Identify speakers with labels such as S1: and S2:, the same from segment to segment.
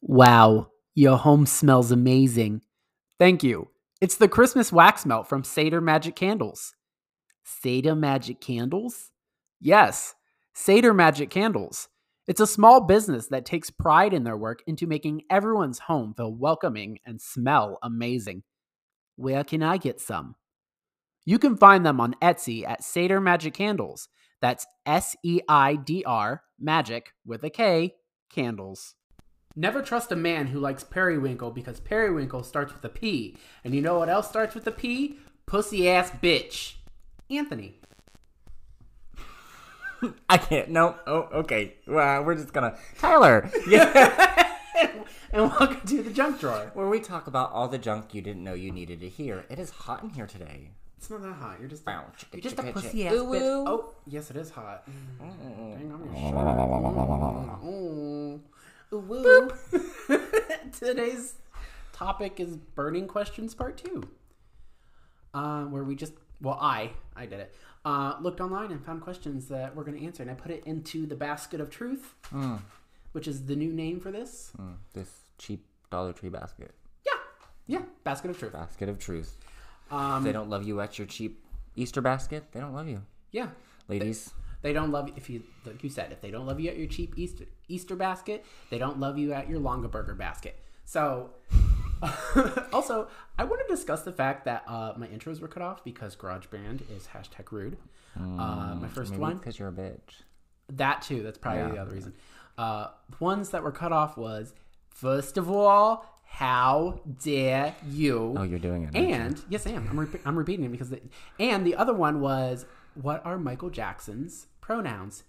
S1: Wow, your home smells amazing. Thank you. It's the Christmas wax melt from Seder Magic Candles. Seder Magic Candles? Yes, Seder Magic Candles. It's a small business that takes pride in their work into making everyone's home feel welcoming and smell amazing. Where can I get some? You can find them on Etsy at Seder Magic Candles. That's S E I D R, magic with a K, candles. Never trust a man who likes periwinkle because periwinkle starts with a P. And you know what else starts with a P? Pussy ass bitch. Anthony.
S2: I can't. No. Oh, okay. Well, we're just gonna Tyler. Yeah.
S1: And welcome to the junk drawer.
S2: Where we talk about all the junk you didn't know you needed to hear. It is hot in here today.
S1: It's not that hot. You're just
S2: Wow, chicka,
S1: you're just a
S2: chicka,
S1: pussy
S2: chicka.
S1: ass
S2: Ooh,
S1: bitch. Mm.
S2: ooh.
S1: Oh, yes, it is hot. Dang, I'm gonna shut up. Ooh. Ooh, woo. Today's topic is burning questions part two, uh, where we just well, I I did it. Uh, looked online and found questions that we're going to answer, and I put it into the basket of truth, which is the new name for this.
S2: Mm, This cheap Dollar Tree basket.
S1: Yeah, yeah, basket of truth.
S2: Basket of truth.
S1: Um,
S2: If they don't love you at your cheap Easter basket. They don't love you,
S1: Yeah,
S2: ladies.
S1: They don't love if you like you said if they don't love you at your cheap Easter Easter basket, they don't love you at your longa burger basket. So also, I want to discuss the fact that uh, my intros were cut off because GarageBand is hashtag rude. uh, my first
S2: Mm, Maybe
S1: one,
S2: because you're a bitch.
S1: that too. That's probably
S2: Yeah.
S1: the other reason. Uh, the ones that were cut off was first of all, how dare you?
S2: Oh, you're doing it. aren't you?
S1: And yes, I am. I'm, re- I'm repeating it because. The, and the other one was, what are Michael Jackson's pronouns?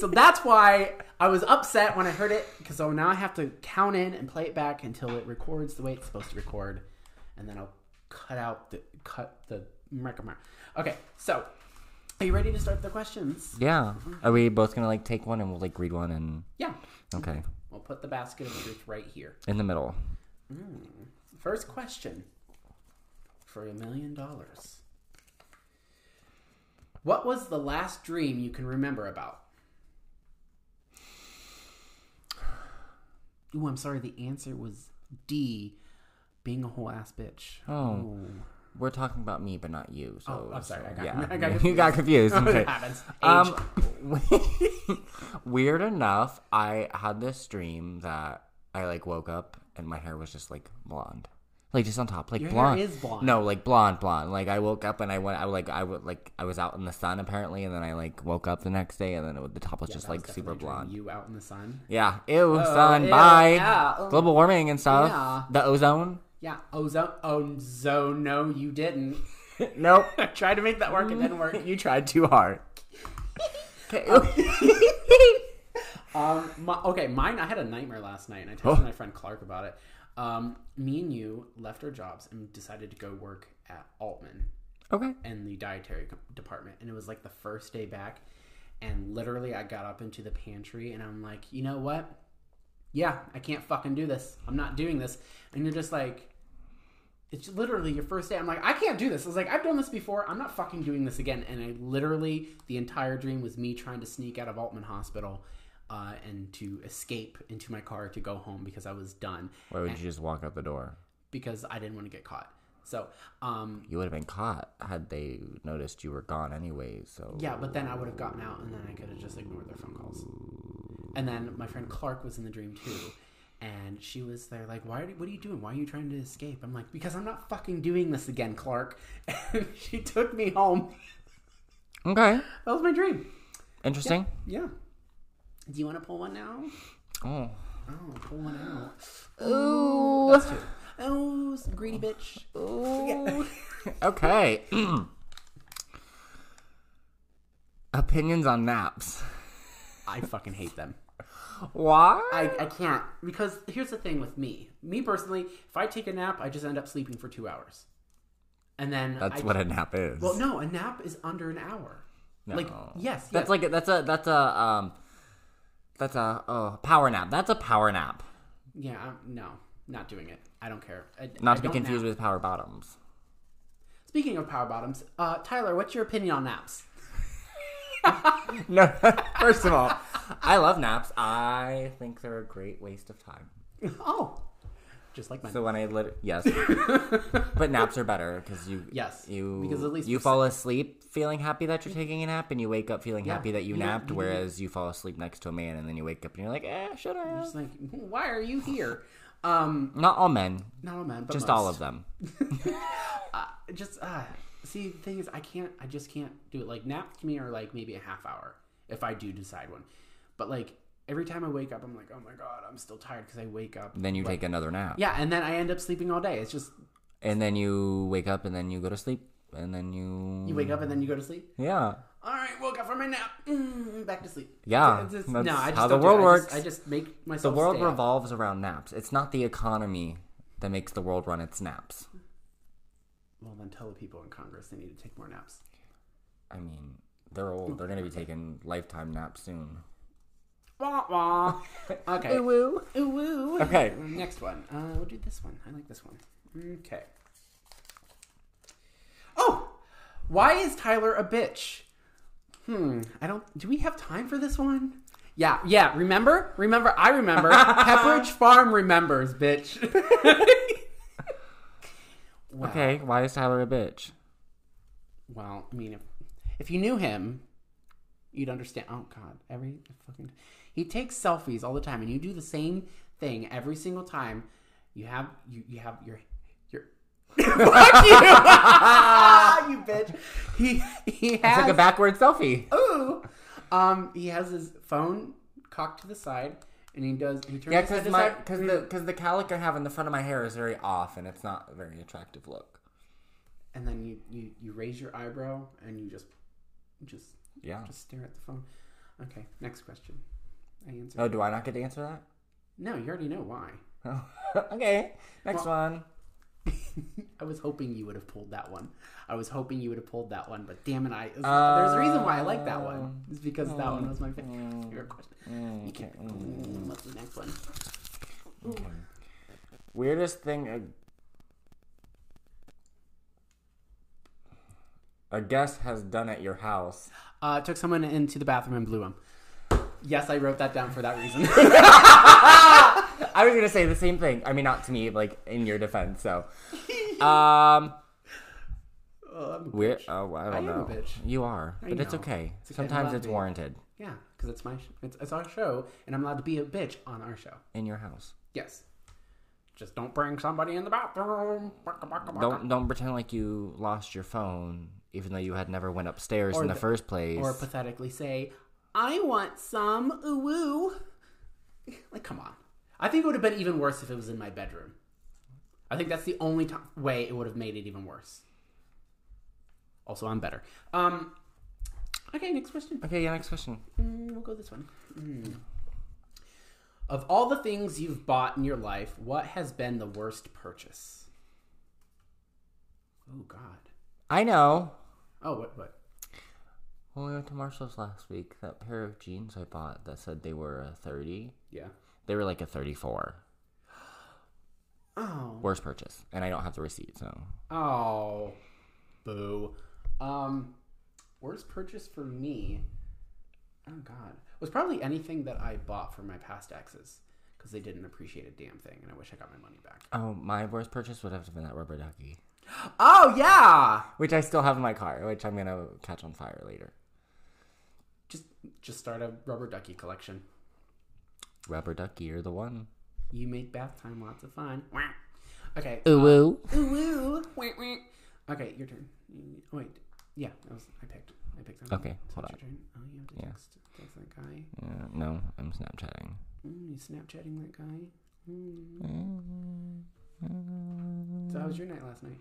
S1: so that's why I was upset when I heard it because so now I have to count in and play it back until it records the way it's supposed to record, and then I'll cut out the cut the microphone. Okay, so are you ready to start the questions?
S2: yeah. Are we both gonna like take one and we'll like read one and
S1: Yeah,
S2: okay
S1: we'll put the basket of truth right here.
S2: in the middle.
S1: First question for a million dollars. What was the last dream you can remember about? Ooh, I'm sorry. The answer was D, being a whole ass bitch.
S2: Oh.
S1: Ooh.
S2: We're talking about me, but not you. So
S1: Oh, I'm sorry, I got-
S2: yeah.
S1: I got
S2: you got confused. Okay.
S1: It happens. Age.
S2: Um, weird enough, I had this dream that I like woke up and my hair was just like blonde, like just on top, like
S1: Your hair
S2: blonde.
S1: is blonde.
S2: No, like blonde, blonde. Like I woke up and I went, I like I would like I was out in the sun apparently, and then I like woke up the next day, and then it, was- the top was just
S1: That was
S2: like super
S1: definitely dream.
S2: blonde.
S1: You out in the sun.
S2: Yeah. Ew. sun.
S1: ew,
S2: bye.
S1: yeah, um,
S2: Global warming and stuff.
S1: yeah.
S2: The ozone.
S1: Yeah. Ozone. Ozone. No, you didn't.
S2: nope.
S1: I tried to make that work. It
S2: Mm.
S1: didn't work.
S2: you tried too hard. Okay.
S1: Um, my, okay, mine. I had a nightmare last night, and I texted my friend Clark about it. Um, me and you left our jobs and decided to go work at Altman
S2: okay.
S1: in the dietary co- department, and it was like the first day back, and literally I got up into the pantry, and I'm like, you know what? Yeah, I can't fucking do this. I'm not doing this. And you're just like, it's literally your first day. I'm like, I can't do this. I was like, I've done this before. I'm not fucking doing this again. And I literally, the entire dream was me trying to sneak out of Altman Hospital uh, and to escape into my car to go home because I was done
S2: Why would you just walk out the door?
S1: because I didn't want to get caught. So, um,
S2: You would have been caught had they noticed you were gone anyway. So
S1: yeah, but then I would have gotten out and then I could have just ignored their phone calls. And then my friend Clark was in the dream too. And she was there, like, why? Are you, what are you doing? Why are you trying to escape? I'm like, because I'm not fucking doing this again, Clark. And she took me home.
S2: okay,
S1: That was my dream.
S2: interesting.
S1: Yeah. Do you want to pull one now?
S2: Oh,
S1: Oh, pull one out. Ooh. That's two. Oh, some greedy bitch. Ooh.
S2: okay. Opinions on naps?
S1: I fucking hate them.
S2: Why?
S1: I, I can't. Because here's the thing with me. Me personally, if I take a nap, I just end up sleeping for two hours. And then
S2: That's
S1: I,
S2: what a nap is.
S1: Well, no, a nap is under an hour. Like yes,
S2: that's
S1: yes.
S2: like that's a that's a um that's a oh power nap. That's a power nap.
S1: yeah. I'm, no, not doing it. I don't care. I,
S2: Not
S1: I
S2: to be
S1: don't
S2: confused
S1: nap.
S2: with power bottoms.
S1: Speaking of power bottoms, uh, Tyler, what's your opinion on naps?
S2: No, first of all, I love naps. I think they're a great waste of time.
S1: oh, just like mine.
S2: So when I lit, yes, but naps are better because you
S1: Yes,
S2: you
S1: because at least
S2: you
S1: you're
S2: fall asleep feeling happy that you're taking a nap and you wake up feeling
S1: Yeah,
S2: happy that
S1: you
S2: you
S1: don't-
S2: napped.
S1: you don't-
S2: whereas you fall asleep next to a man and then you wake up and you're like, eh, should I?
S1: just like, why are you here? Um,
S2: Not all men,
S1: not all men, but
S2: just
S1: most.
S2: all of them.
S1: just uh see the thing is i can't i just can't do it like naps to me are like maybe a half hour if i do decide one but like every time i wake up i'm like oh my god i'm still tired because i wake up
S2: Then you take another nap,
S1: yeah and then i end up sleeping all day it's just
S2: and then you wake up and then you go to sleep and then you,
S1: you wake up and then you go to sleep
S2: yeah.
S1: all right woke up from my nap mm, back to sleep
S2: Yeah,
S1: It's- it's-
S2: that's
S1: no i just
S2: how the
S1: don't do
S2: world
S1: it. I just-
S2: works.
S1: I just, make
S2: The
S1: myself
S2: world
S1: stay up.
S2: revolves around naps. It's not the economy that makes the world run its naps.
S1: well then tell the people in congress they need to take more naps
S2: I mean, they're old. They're going to be taking lifetime naps soon.
S1: wah wah okay
S2: woo.
S1: Ooh, woo.
S2: Okay.
S1: Next one. Uh, we'll do this one. I like this one. Okay. Oh, why is Tyler a bitch? Hmm. I don't. Do we have time for this one? Yeah. Yeah. Remember? Remember? I remember. Pepperidge Farm remembers, bitch. wow.
S2: Okay, why is Tyler a bitch?
S1: Well, I mean, if, if you knew him, you'd understand. Oh God, every fucking he takes selfies all the time, and you do the same thing every single time. You have you you have your your fuck you you bitch. He he
S2: It's
S1: has
S2: like a backward selfie.
S1: ooh um he has his phone cocked to the side, and he does he turns
S2: Yeah,
S1: his head
S2: because
S1: to
S2: my
S1: side.
S2: because the because the cowlick I have in the front of my hair is very off, and it's not a very attractive look.
S1: and then you you you raise your eyebrow and you just just
S2: Yeah.
S1: just stare at the phone. Okay, next question. I answered.
S2: Oh, do I not get to answer
S1: No, you already know why.
S2: that? Oh. okay. Next one.
S1: I was hoping you would have pulled that one. I was hoping you would have pulled that one, but damn it, I there's a reason why I like that
S2: Um,
S1: one. It's because that one was my fa- favorite question. you can't.
S2: um.
S1: Mm, what's the next one?
S2: Weirdest thing a, a guest has done at your house.
S1: Uh, took someone into the bathroom and blew him. Yes, I wrote that down for that reason.
S2: I was gonna say the same thing. I mean, not to me, like in your defense. So, um,
S1: um,
S2: we're oh, well, I don't
S1: I am a
S2: know.
S1: bitch.
S2: You are, but it's
S1: know.
S2: okay.
S1: It's okay,
S2: Sometimes
S1: love
S2: it's
S1: me.
S2: warranted
S1: yeah, because it's my sh- it's, it's our show, and I'm allowed to be a bitch on our show.
S2: in your house.
S1: Yes, just don't bring somebody in the bathroom. Baka, baka, baka.
S2: Don't don't pretend like you lost your phone, even though you had never went upstairs
S1: Or
S2: in the,
S1: the-
S2: first place.
S1: or pathetically say, "I want some ooh woo." Like, come on. I think it would have been even worse if it was in my bedroom. I think that's the only to- way it would have made it even worse. Also, I'm better. Um. Okay, next question.
S2: okay, yeah. Next question.
S1: Mm, we'll go this one. Mm. Of all the things you've bought in your life, what has been the worst purchase? Oh God.
S2: I know.
S1: Oh, what? What?
S2: When we went to Marshall's last week, that pair of jeans I bought that said they were a thirty,
S1: Yeah.
S2: they were like a thirty-four.
S1: Oh.
S2: Worst purchase, and I don't have the receipt, so
S1: Oh, boo. Um, worst purchase for me. Oh God, was probably anything that I bought for my past exes because they didn't appreciate a damn thing, and I wish I got my money back.
S2: Oh, my worst purchase would have been that rubber ducky,
S1: Oh yeah,
S2: which I still have in my car, which I'm gonna catch on fire later.
S1: just just start a rubber ducky collection.
S2: Rubber ducky, you're the one.
S1: You make bath time lots of fun. Wah. Okay.
S2: Ooh, ooh.
S1: Ooh, woo. Wah, wah. Okay, your turn. Oh, wait. Yeah, that was, I picked. I picked that.
S2: Okay,
S1: so
S2: hold
S1: it's your turn. Oh, you have to
S2: Yeah.
S1: text, text that guy.
S2: Yeah, Uh, no, I'm Snapchatting.
S1: Mm, you Snapchatting that guy. Mm. So how was your night last night?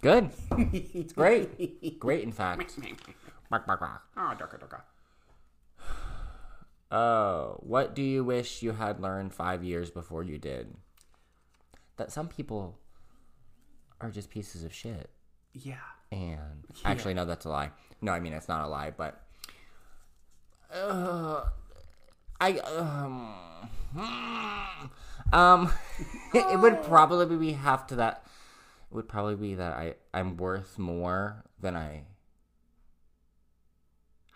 S2: Good, it's great, great in fact. Bark, bark, bark.
S1: Ah, darka darka.
S2: Oh, what do you wish you had learned five years before you did? That some people are just pieces of shit.
S1: Yeah.
S2: And actually, no, that's a lie. No, I mean it's not a lie, but uh, I um um it would probably be half to that. It would probably be that I I'm worth more than I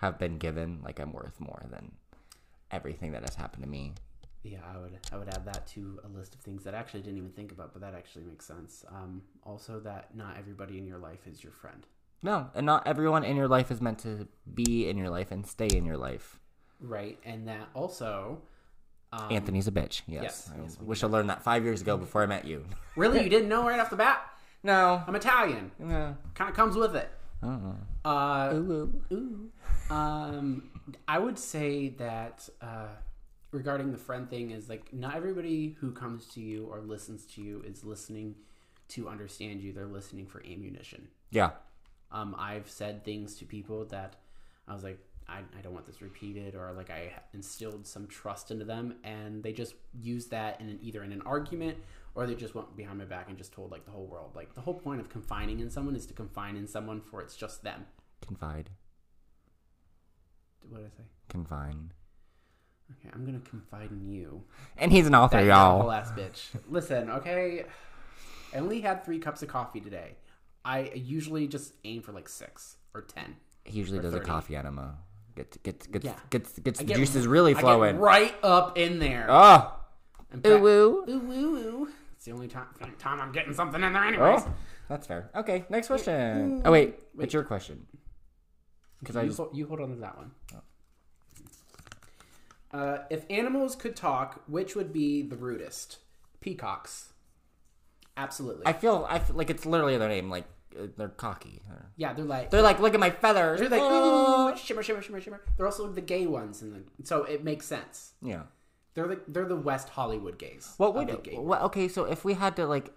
S2: have been given. Like I'm worth more than everything that has happened to me.
S1: Yeah, I would I would add that to a list of things that I actually didn't even think about, but that actually makes sense. Um, also, that not everybody in your life is your friend.
S2: No, and not everyone in your life is meant to be in your life and stay in your life.
S1: Right, and that also. Um,
S2: Anthony's a bitch. Yes.
S1: yes,
S2: I
S1: yes, we Mm-hmm.
S2: wish I learned that five years ago before I met you.
S1: Really, you didn't know right off the bat?
S2: No.
S1: I'm Italian.
S2: No.
S1: Kind of comes with it.
S2: I don't know.
S1: Uh,
S2: Uh-huh. Ooh, ooh.
S1: um, I would say that uh, regarding the friend thing is like not everybody who comes to you or listens to you is listening to understand you. They're listening for ammunition.
S2: Yeah.
S1: Um, I've said things to people that I was like, I, I don't want this repeated, or like I instilled some trust into them, and they just used that in an, either in an argument or they just went behind my back and just told like the whole world. Like the whole point of confining in someone is to confine in someone for it's just them.
S2: Confide.
S1: What did I say?
S2: Confine.
S1: Okay, I'm gonna confide in you.
S2: And he's an author,
S1: That
S2: y'all.
S1: whole ass bitch. Listen, okay. I only had three cups of coffee today. I usually just aim for like six or ten.
S2: He usually
S1: or
S2: does
S1: 30.
S2: a coffee enema. Gets gets gets
S1: Yeah.
S2: gets gets
S1: I
S2: the
S1: get-
S2: juices really
S1: I get
S2: flowing.
S1: right up in there.
S2: Oh,
S1: In
S2: ooh,
S1: fact-
S2: ooh.
S1: Ooh, ooh, ooh. It's the only time, time I'm getting something in there, anyways.
S2: Oh, that's fair. Okay, next question.
S1: Mm.
S2: Oh wait, what's your question? Because I
S1: you,
S2: just
S1: hol- you hold on to that one. Uh, if animals could talk, which would be the rudest? Peacocks. Absolutely.
S2: I feel I feel like it's literally their name. Like uh, they're cocky. They're-
S1: yeah, they're like
S2: They're like, look at my feathers.
S1: they're like
S2: Oh.
S1: ooh, shimmer, shimmer, shimmer, shimmer. They're also the gay ones, and the, so it makes sense.
S2: Yeah.
S1: They're the they're the West Hollywood gays.
S2: What
S1: of
S2: would
S1: the gay-
S2: what, okay? So if we had to like,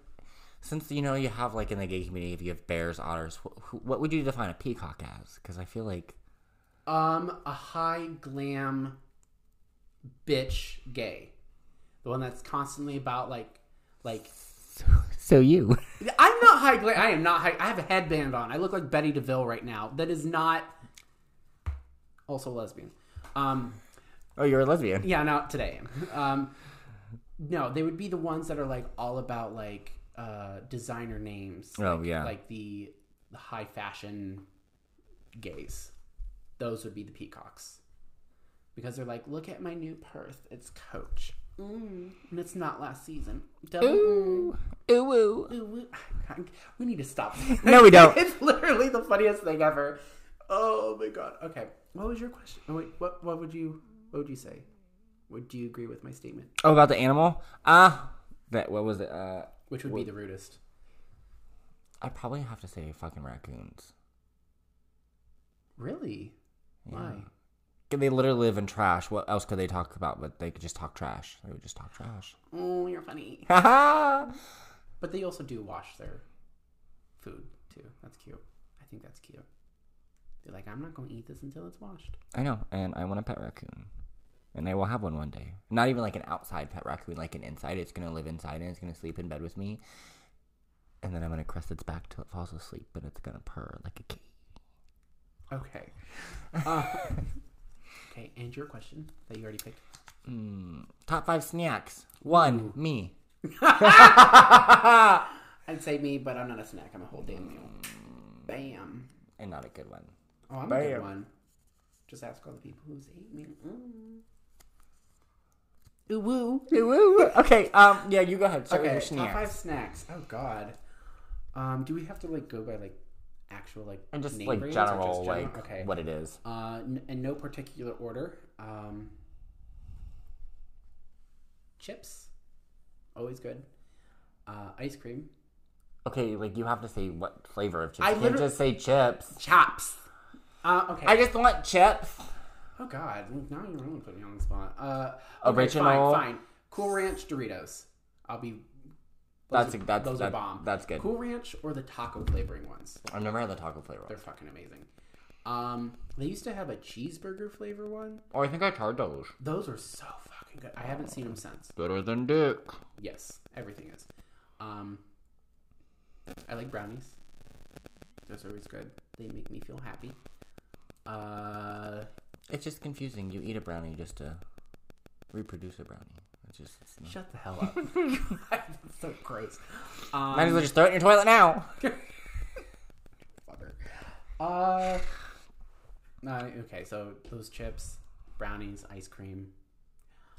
S2: since you know you have like in the gay community, if you have bears, otters, wh- wh- what would you define a peacock as? Because I feel like
S1: Um, a high glam bitch gay. The one that's constantly about like like
S2: so you.
S1: I'm not high glam I am not high I have a headband on. I look like Betty DeVille right now. That is not also lesbian. Um
S2: oh, you're a lesbian.
S1: yeah, not today. Um no, they would be the ones that are like all about like uh designer names.
S2: Oh yeah.
S1: Like the the high fashion gays. Those would be the peacocks. Because they're like, look at my new purse. It's Coach. Mm, and it's not last season. Double mm.
S2: Ooh, ooh.
S1: Ooh, we- We need to stop.
S2: No, we don't.
S1: it's literally the funniest thing ever. Oh my god. Okay. What was your question? Oh, wait, what what would you what would you say? Would do you agree with my statement?
S2: Oh, about the animal. Ah, that what was it? Uh,
S1: Which would be the rudest?
S2: I probably have to say fucking raccoons.
S1: Really? Why?
S2: 'Cause They literally live in trash. What else could they talk about? But they could just talk trash. They would just talk trash.
S1: Oh, you're funny.
S2: Ha ha.
S1: But they also do wash their food too. That's cute. I think that's cute. They're like, I'm not going to eat this until it's washed.
S2: I know, and I want a pet raccoon, and I will have one one day. Not even like an outside pet raccoon, like an inside. It's gonna live inside and it's gonna sleep in bed with me, and then I'm gonna caress its back till it falls asleep, and it's gonna purr like a kitty.
S1: Okay. Uh, okay. And your question that you already picked.
S2: Mm. Top five snacks. One, me.
S1: I'd say me, but I'm not a snack. I'm a whole damn meal. Bam.
S2: and not a good one.
S1: Oh, I'm a good
S2: Bam.
S1: one. Just ask all the people who's ate me. Mm. Ooh woo.
S2: okay, um, yeah, you go ahead. Start
S1: Okay,
S2: with your
S1: top
S2: snacks.
S1: five snacks. Oh God. Um, do we have to like go by like actual like
S2: And just
S1: name
S2: like
S1: brands or just
S2: general, like
S1: okay.
S2: what it is.
S1: Uh, n- in no particular order. Um, chips, always good. Uh, ice cream,
S2: Okay, like you have to say what flavor of chips.
S1: I
S2: I you can't
S1: literally-
S2: just say chips.
S1: chops. Uh, okay.
S2: I just want chips.
S1: Oh God! Now you're really putting me on the spot. Uh,
S2: Original.
S1: Fine, fine. Cool Ranch Doritos. I'll be.
S2: That's
S1: are-
S2: that's
S1: those
S2: that-
S1: are bomb.
S2: That's good.
S1: Cool Ranch or the taco flavoring ones.
S2: I've never had the taco flavor.
S1: They're fucking amazing. Um, they used to have a cheeseburger flavor one.
S2: Oh, I think I tried those.
S1: Those are so fucking good. I haven't seen them since.
S2: Better than dick.
S1: Yes, everything is. Um, I like brownies. Those are always good. They make me feel happy. Uh,
S2: It's just confusing. You eat a brownie just to reproduce a brownie. It's just. It's not...
S1: shut the hell up. That's so gross. Um,
S2: Might as well just throw it in your toilet now.
S1: Fucker. Uh, no, okay, so those chips, brownies, ice cream,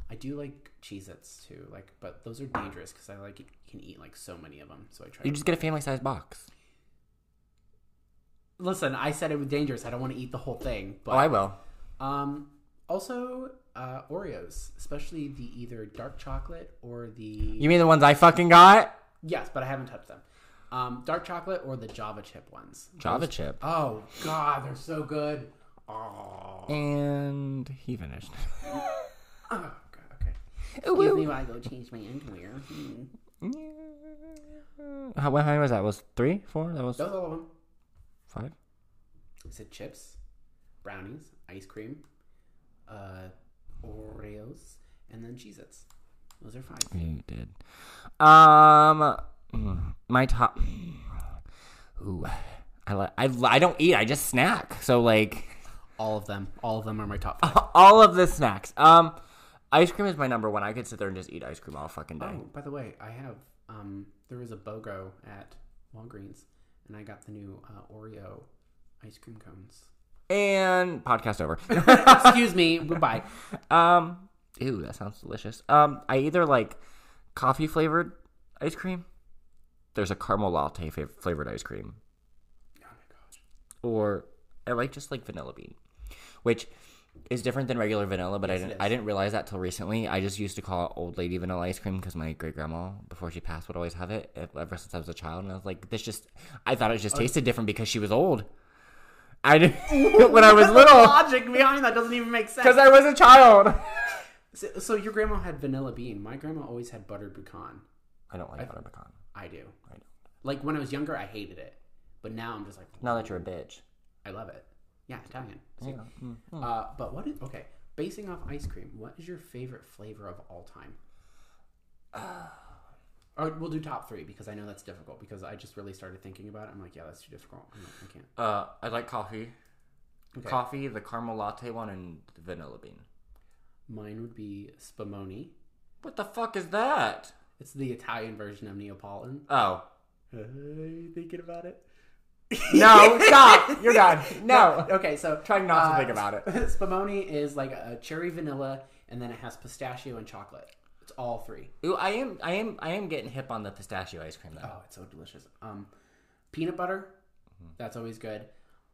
S1: I do like Cheez-Its too, like, but those are dangerous because I like can eat like so many of them. So I try.
S2: You
S1: to-
S2: just get a family size box.
S1: Listen, I said it was dangerous. I don't want to eat the whole thing,
S2: oh, I
S1: but
S2: will.
S1: um, also uh, Oreos, especially the either dark chocolate or the
S2: You mean the ones I fucking got?
S1: yes, but I haven't touched them. Um, dark chocolate or the Java chip ones.
S2: Java chip.
S1: Oh God, they're so good. Oh,
S2: And he finished.
S1: oh God, okay. Excuse me while I go change my underwear. Hmm.
S2: How, what- how many was that? Was three, four? That was
S1: Those are all of them.
S2: five.
S1: I said chips, brownies, ice cream, uh, Oreos, and then Cheez-Its. Those are five.
S2: You did. Um, mm, my top. Ooh, I li- I li- I don't eat. I just snack. So like
S1: All of them. All of them are my top five.
S2: all of the snacks. Um, ice cream is my number one. I could sit there and just eat ice cream all fucking day.
S1: Oh, by the way, I have um there was a BOGO at Walgreens and I got the new uh, Oreo ice cream cones.
S2: And podcast over.
S1: Excuse me. Goodbye.
S2: um, ew, that sounds delicious. Um, I either like coffee flavored ice cream. There's a caramel latte fa- flavored ice cream.
S1: Oh my gosh.
S2: or I like just like vanilla bean, which is different than regular vanilla. But I
S1: it
S2: didn't
S1: is.
S2: I didn't realize that till recently. I just used to call it old lady vanilla ice cream because my great grandma before she passed would always have it e- ever since I was a child, and I was like, this just I thought it just
S1: Oh.
S2: tasted different because she was old. I didn't, when I was little
S1: Logic behind that doesn't even make sense.
S2: because I was a child.
S1: So, so your grandma had vanilla bean. My grandma always had buttered pecan.
S2: I don't like butter pecan.
S1: I do.
S2: I don't.
S1: Like when I was younger, I hated it, but now I'm just like,
S2: Now that you're a bitch, Mm.
S1: I love it. Yeah, Italian. See? Uh, but what is okay? Basing off ice cream, what is your favorite flavor of all time? Or we'll do top three because I know that's difficult because I just really started thinking about it. I'm like, yeah, that's too difficult. I'm like, I can't.
S2: uh, I like coffee.
S1: Okay.
S2: Coffee, the caramel latte one, and the vanilla bean.
S1: Mine would be spumoni.
S2: What the fuck is that?
S1: It's the Italian version of Neapolitan.
S2: Oh,
S1: Are you thinking about it?
S2: No, stop. You're done. No.
S1: Okay, so
S2: Oh.
S1: uh,
S2: Try not to think about it.
S1: Spumoni is like a cherry vanilla, and then it has pistachio and chocolate. It's all three.
S2: Ooh, I am I am I am getting hip on the pistachio ice cream though.
S1: Oh, it's so delicious. Um, peanut butter,
S2: Mm-hmm.
S1: that's always good.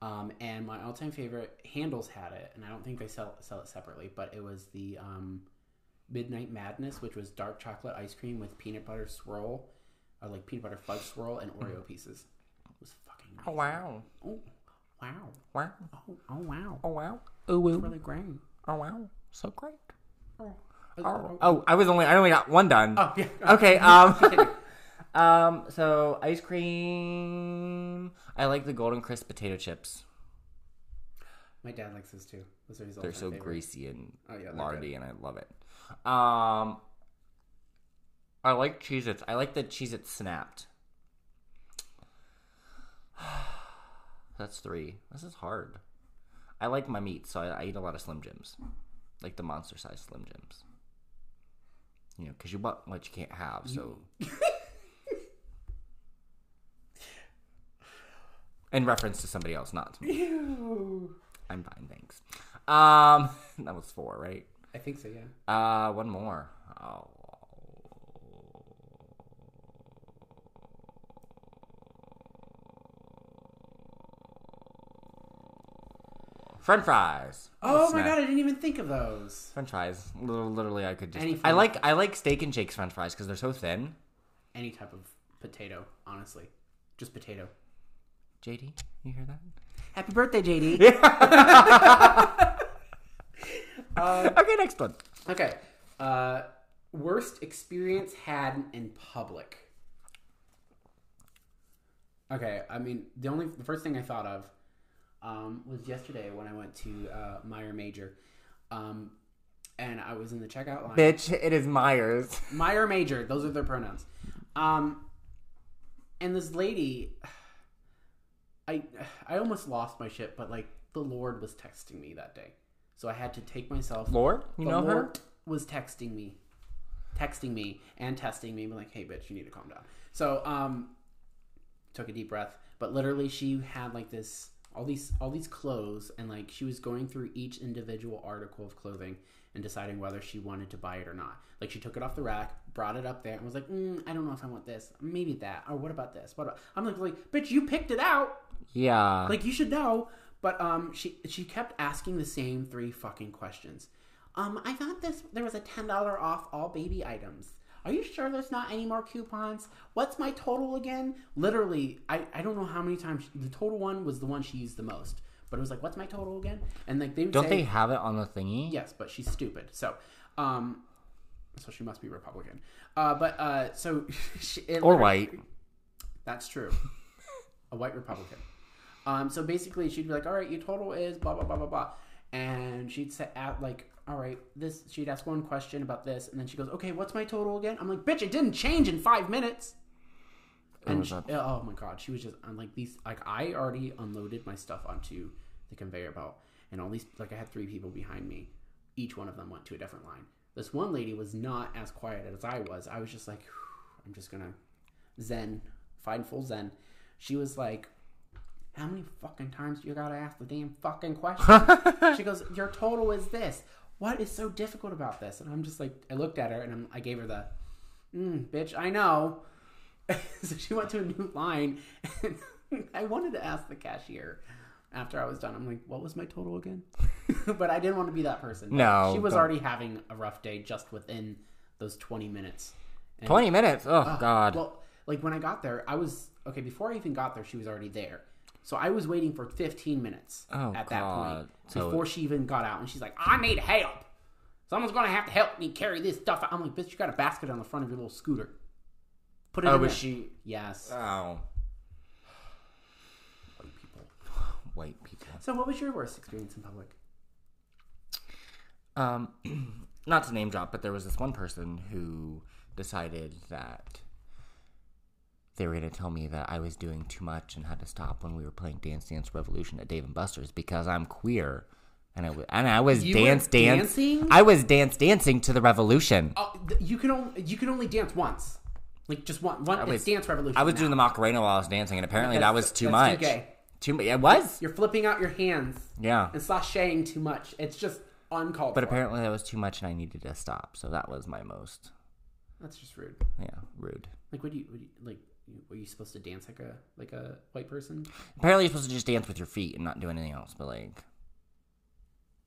S1: Um, and my all-time favorite, Handles had it, and I don't think they sell sell it separately, but it was the um, Midnight Madness, which was dark chocolate ice cream with peanut butter swirl, or like peanut butter fudge swirl and Oreo pieces. It was fucking.
S2: Mm-hmm. Oh wow.
S1: Oh, wow.
S2: Wow.
S1: Oh, oh wow.
S2: Oh wow. Ooh, ooh.
S1: Really great.
S2: Oh wow. So great.
S1: Oh,
S2: Oh, oh, I was only I only got one done.
S1: oh, yeah.
S2: Okay, um Um so ice cream I like the golden crisp potato chips.
S1: My dad likes those too. Those are his
S2: They're
S1: all-time
S2: so
S1: favorite.
S2: greasy and
S1: Oh, yeah, they're
S2: lardy and I love it. Um I like Cheez Its. I like the Cheez Its snapped. That's three. This is hard. I like my meat, so I, I eat a lot of Slim Jims. Like the monster sized Slim Jims. You know, because you want what you can't have, so. In reference to somebody else, not to me.
S1: Ew.
S2: I'm fine, thanks. Um, that was four, right?
S1: I think so, yeah.
S2: Uh, one more. Oh. French fries.
S1: Oh my
S2: Snack.
S1: god, I didn't even think of those.
S2: French fries. Little- Literally, I could just.
S1: Any
S2: I
S1: french-
S2: like I like steak and shakes French fries because they're so thin.
S1: any type of potato, honestly. Just potato.
S2: JD, you hear that?
S1: Happy birthday, JD. Uh,
S2: okay, next one.
S1: okay. Uh, worst experience had in public. Okay, I mean the only the first thing I thought of um, was yesterday when I went to uh, Meyer Major, um, and I was in the checkout line.
S2: Bitch, it is Myers.
S1: Meyer Major. Those are their pronouns. Um, and this lady, I I almost lost my shit, but like the Lord was texting me that day, so I had to take myself.
S2: Lord, you
S1: the
S2: know her.
S1: Lord was texting me, texting me and testing me, being like, "Hey, bitch, you need to calm down." So um, took a deep breath, but literally she had like this all these all these clothes and like she was going through each individual article of clothing and deciding whether she wanted to buy it or not. Like she took it off the rack, brought it up there, and was like, mm, "I don't know if I want this. Maybe that. Or what about this? What about?" I'm like, "Like, bitch, you picked it out.
S2: Yeah.
S1: Like you should know." But um, she she kept asking the same three fucking questions. Um, I thought this there was a ten dollar off all baby items. Are you sure there's not any more coupons? What's my total again? Literally, I, I don't know how many times the total one was the one she used the most. But it was like, what's my total again? And like they would
S2: Don't
S1: say,
S2: they have it on the thingy?
S1: Yes, but she's stupid. So, um, so she must be Republican. Uh, but uh, so she, it
S2: Or
S1: literally-
S2: white.
S1: That's true. A white Republican. Um, so basically, she'd be like, "All right, your total is blah blah blah blah blah," and she'd set out like, "All right, this." She'd ask one question about this, and then she goes, "Okay, what's my total again?" I'm like, "Bitch, it didn't change in five minutes." And
S2: was
S1: she,
S2: that-
S1: oh my god, she was just I'm like these like I already unloaded my stuff onto the conveyor belt, and all these like I had three people behind me, each one of them went to a different line. This one lady was not as quiet as I was. I was just like, I'm just gonna zen, find full zen. She was like, how many fucking times do you gotta ask the damn fucking question? she goes, Your total is this. What is so difficult about this? And I'm just like, I looked at her and I'm, I gave her the, mm, bitch, I know. so she went to a new line. And I wanted to ask the cashier after I was done. I'm like, What was my total again? but I didn't want to be that person.
S2: No,
S1: She was
S2: don't.
S1: already having a rough day just within those 20 minutes. And-
S2: 20 minutes. Oh, God.
S1: Ah, well, like when I got there, I was okay. Before I even got there, she was already there, so I was waiting for 15 minutes
S2: Oh,
S1: at that
S2: God.
S1: point
S2: So-
S1: before she even got out, and she's like, "I need help. Someone's gonna have to help me carry this stuff." out." I'm like, "Bitch, you got a basket on the front of your little scooter. Put it
S2: Oh,
S1: in
S2: but
S1: there."
S2: she-
S1: Yes.
S2: oh.
S1: White people.
S2: White people.
S1: So, what was your worst experience in public?
S2: Um, not to name drop, but there was this one person who decided that they were going to tell me that I was doing too much and had to stop when we were playing Dance Dance Revolution at Dave and Buster's because I'm queer. And I was, and I was
S1: You were
S2: dance dance.
S1: dancing?
S2: I was dance dancing to the revolution.
S1: Oh, th- you can only you can only dance once, like just one. One.
S2: was-
S1: it's dance revolution.
S2: I was
S1: now.
S2: doing the Macarena while I was dancing, and apparently that
S1: That's-
S2: was too
S1: that's
S2: much.
S1: too gay.
S2: Too mu- it was.
S1: You're flipping out your hands
S2: Yeah.
S1: and sashaying too much. It's just uncalled
S2: But
S1: for.
S2: apparently that was too much, and I needed to stop. So that was my most
S1: That's just rude.
S2: yeah rude.
S1: Like, what do you, what do you like? you- Were you supposed to dance like a like a white person?
S2: Apparently you're supposed to just dance with your feet and not do anything else. But like,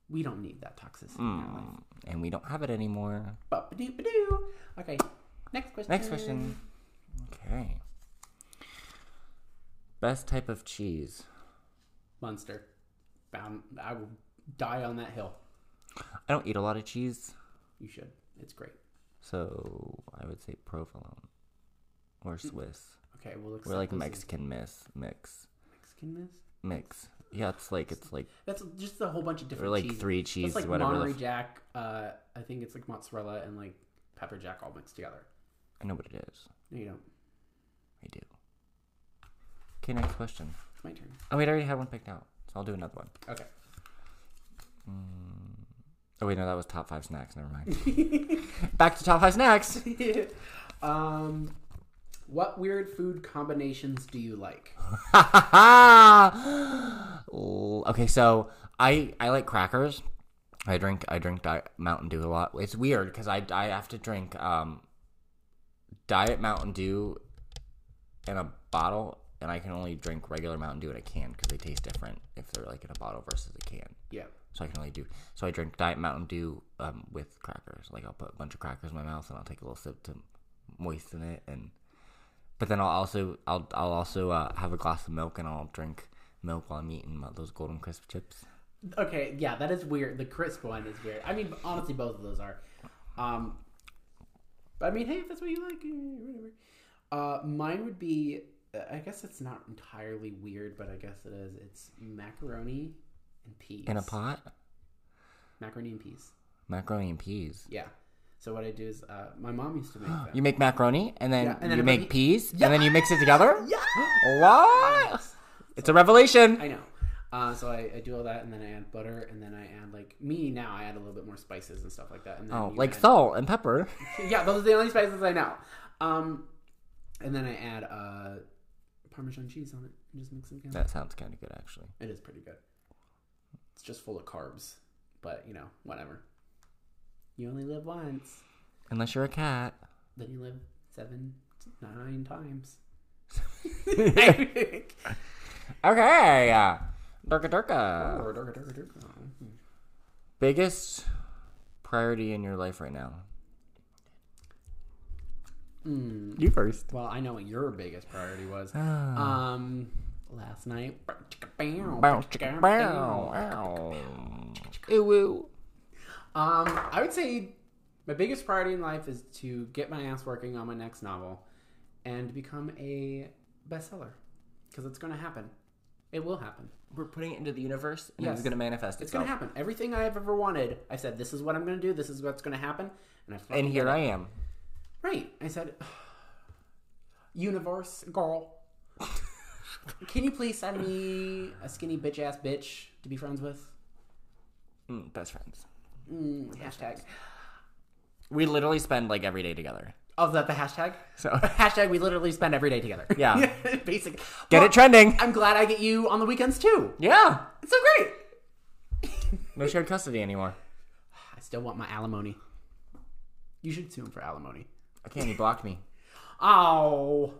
S1: We don't need that toxicity in our life.
S2: mm, and we don't have it anymore.
S1: Ba-ba-doo-ba-doo. Okay, next question.
S2: Next question. Okay. Best type of cheese.
S1: Monster. Bound. I will die on that hill.
S2: I don't eat a lot of cheese,
S1: You should. It's great.
S2: so I would say provolone or
S1: Hmm.
S2: Swiss.
S1: Okay, we'll accept
S2: We're like
S1: this as
S2: Mexican miss mix
S1: Mexican miss.
S2: mix. Yeah, it's like it's like
S1: That's just a whole bunch of different.
S2: like
S1: cheese.
S2: three
S1: That's
S2: cheese,
S1: like
S2: whatever the
S1: Monterey
S2: f-
S1: Jack. Uh, I think it's like mozzarella and like pepper jack all mixed together.
S2: I know what it is.
S1: No, you don't.
S2: I do. Okay, next question.
S1: It's my turn.
S2: Oh wait, I already had one picked out, so I'll do another one.
S1: Okay.
S2: Oh wait, no, that was top five snacks. Never mind. Back to top five snacks.
S1: um, what weird food combinations do you like?
S2: L- okay, so I I like crackers. I drink I drink diet Mountain Dew a lot. It's weird because I I have to drink um diet Mountain Dew in a bottle, and I can only drink regular Mountain Dew in a can because they taste different if they're like in a bottle versus a can.
S1: Yeah.
S2: So I can only do. So I drink Diet Mountain Dew um, with crackers. Like I'll put a bunch of crackers in my mouth and I'll take a little sip to moisten it, and but then I'll also I'll I'll also uh, have a glass of milk and I'll drink milk while I'm eating my, those golden crisp chips.
S1: Okay, yeah, that is weird. The crisp one is weird. I mean, honestly, both of those are. Um, but I mean, hey, if that's what you like, eh, whatever. Uh, mine would be. uh, I guess it's not entirely weird, but I guess it is. It's macaroni and peas.
S2: In a pot,
S1: Macaroni and peas.
S2: macaroni and peas.
S1: Yeah. So what I do is, uh, my mom used to make them.
S2: You make macaroni and then,
S1: Yeah, and then
S2: you
S1: I
S2: make
S1: put-
S2: peas and then you mix it together.
S1: yeah.
S2: What? It's a revelation.
S1: I know. Uh, so I, I do all that, and then I add butter, and then I add like me now. I add a little bit more spices and stuff like that. And then
S2: Oh,
S1: you
S2: like
S1: add-
S2: salt and pepper.
S1: yeah, those are the only spices I know. Um, and then I add uh, Parmesan cheese on it and just mix them together.
S2: That sounds kind of good, actually.
S1: It is pretty good. It's just full of carbs, but you know, whatever. You only live once,
S2: Unless you're a cat.
S1: then you live seven, nine times.
S2: Okay. uh, Durka Durka. Biggest priority in your life right now?
S1: Mm.
S2: You first.
S1: Well, I know what your biggest priority was.
S2: Ah.
S1: Um, last night.
S2: Bow, chicka, bow, ow. Ew, ew.
S1: Um, I would say my biggest priority in life is to get my ass working on my next novel and become a bestseller because it's going to happen. It will happen.
S2: We're putting it into the universe, and
S1: Yes.
S2: it's going to manifest
S1: It's going
S2: itself.
S1: to happen. Everything I have ever wanted, I said, this is what I'm going to do. This is what's going to happen. And I fucking
S2: and here
S1: did
S2: I
S1: it.
S2: am.
S1: Right. I said, universe, girl. Can you please send me a skinny bitch ass bitch to be friends with?
S2: Mm, best friends.
S1: Mm, hashtag.
S2: We literally spend like every day together.
S1: Oh, is that the hashtag?
S2: So
S1: Hashtag we literally spend every day together.
S2: Yeah.
S1: Basic.
S2: get it trending.
S1: I'm glad I get you on the weekends too.
S2: Yeah.
S1: It's so great.
S2: No shared custody anymore.
S1: I still want my alimony. You should sue him for alimony.
S2: I can't. He blocked me.
S1: Oh.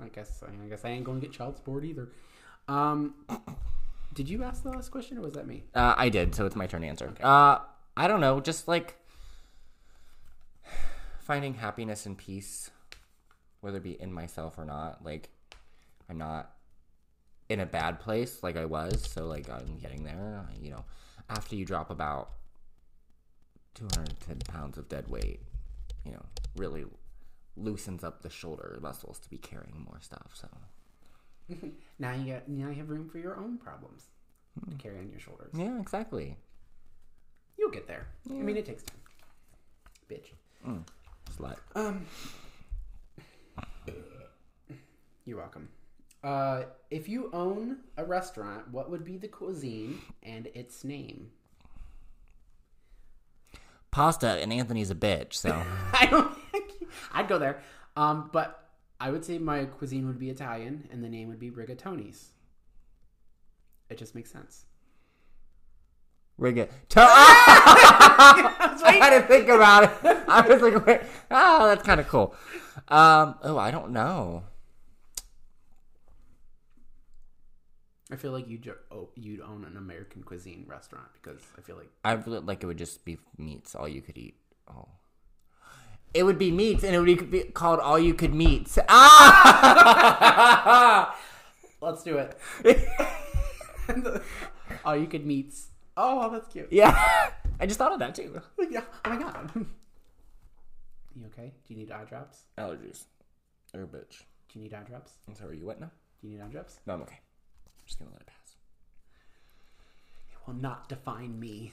S1: I guess I guess I ain't gonna get child support either. Um Did you ask the last question or was that me?
S2: Uh, I did, so it's my turn to answer. Uh, I don't know, just like finding happiness and peace, whether it be in myself or not. Like, I'm not in a bad place like I was, so like I'm getting there. You know, after you drop about 210 pounds of dead weight, you know, really loosens up the shoulder muscles to be carrying more stuff. So
S1: Now you got now you have room for your own problems to carry on your shoulders.
S2: yeah, exactly.
S1: You'll get there. I mean it takes time. Bitch.
S2: Slut.
S1: Um, you're welcome. Uh, if you own a restaurant, what would be the cuisine and its name?
S2: Pasta and Anthony's a bitch, so.
S1: I don't. think I'd go there. Um, but I would say my cuisine would be Italian, and the name would be Rigatoni's. It just makes sense.
S2: Riga. Ah!
S1: That's
S2: I
S1: right.
S2: had to think about it. I was like, wait, oh, that's kind of cool. Um, oh, I don't know.
S1: I feel like you'd jo- oh, you'd own an American cuisine restaurant because I feel like
S2: I feel like it would just be meats, all you could eat. Oh, it would be meats, and it would be called all you could meats. Ah!
S1: let's do it. oh, you could meats. Oh, that's cute.
S2: yeah, I just thought of that too.
S1: Yeah. Oh my god. You okay? Do you need eye drops?
S2: Allergies. Oh, bitch.
S1: Do you need eye drops?
S2: I'm sorry. You what now?
S1: Do you need eye drops?
S2: No, I'm okay. I'm just gonna let it pass.
S1: It will not define me.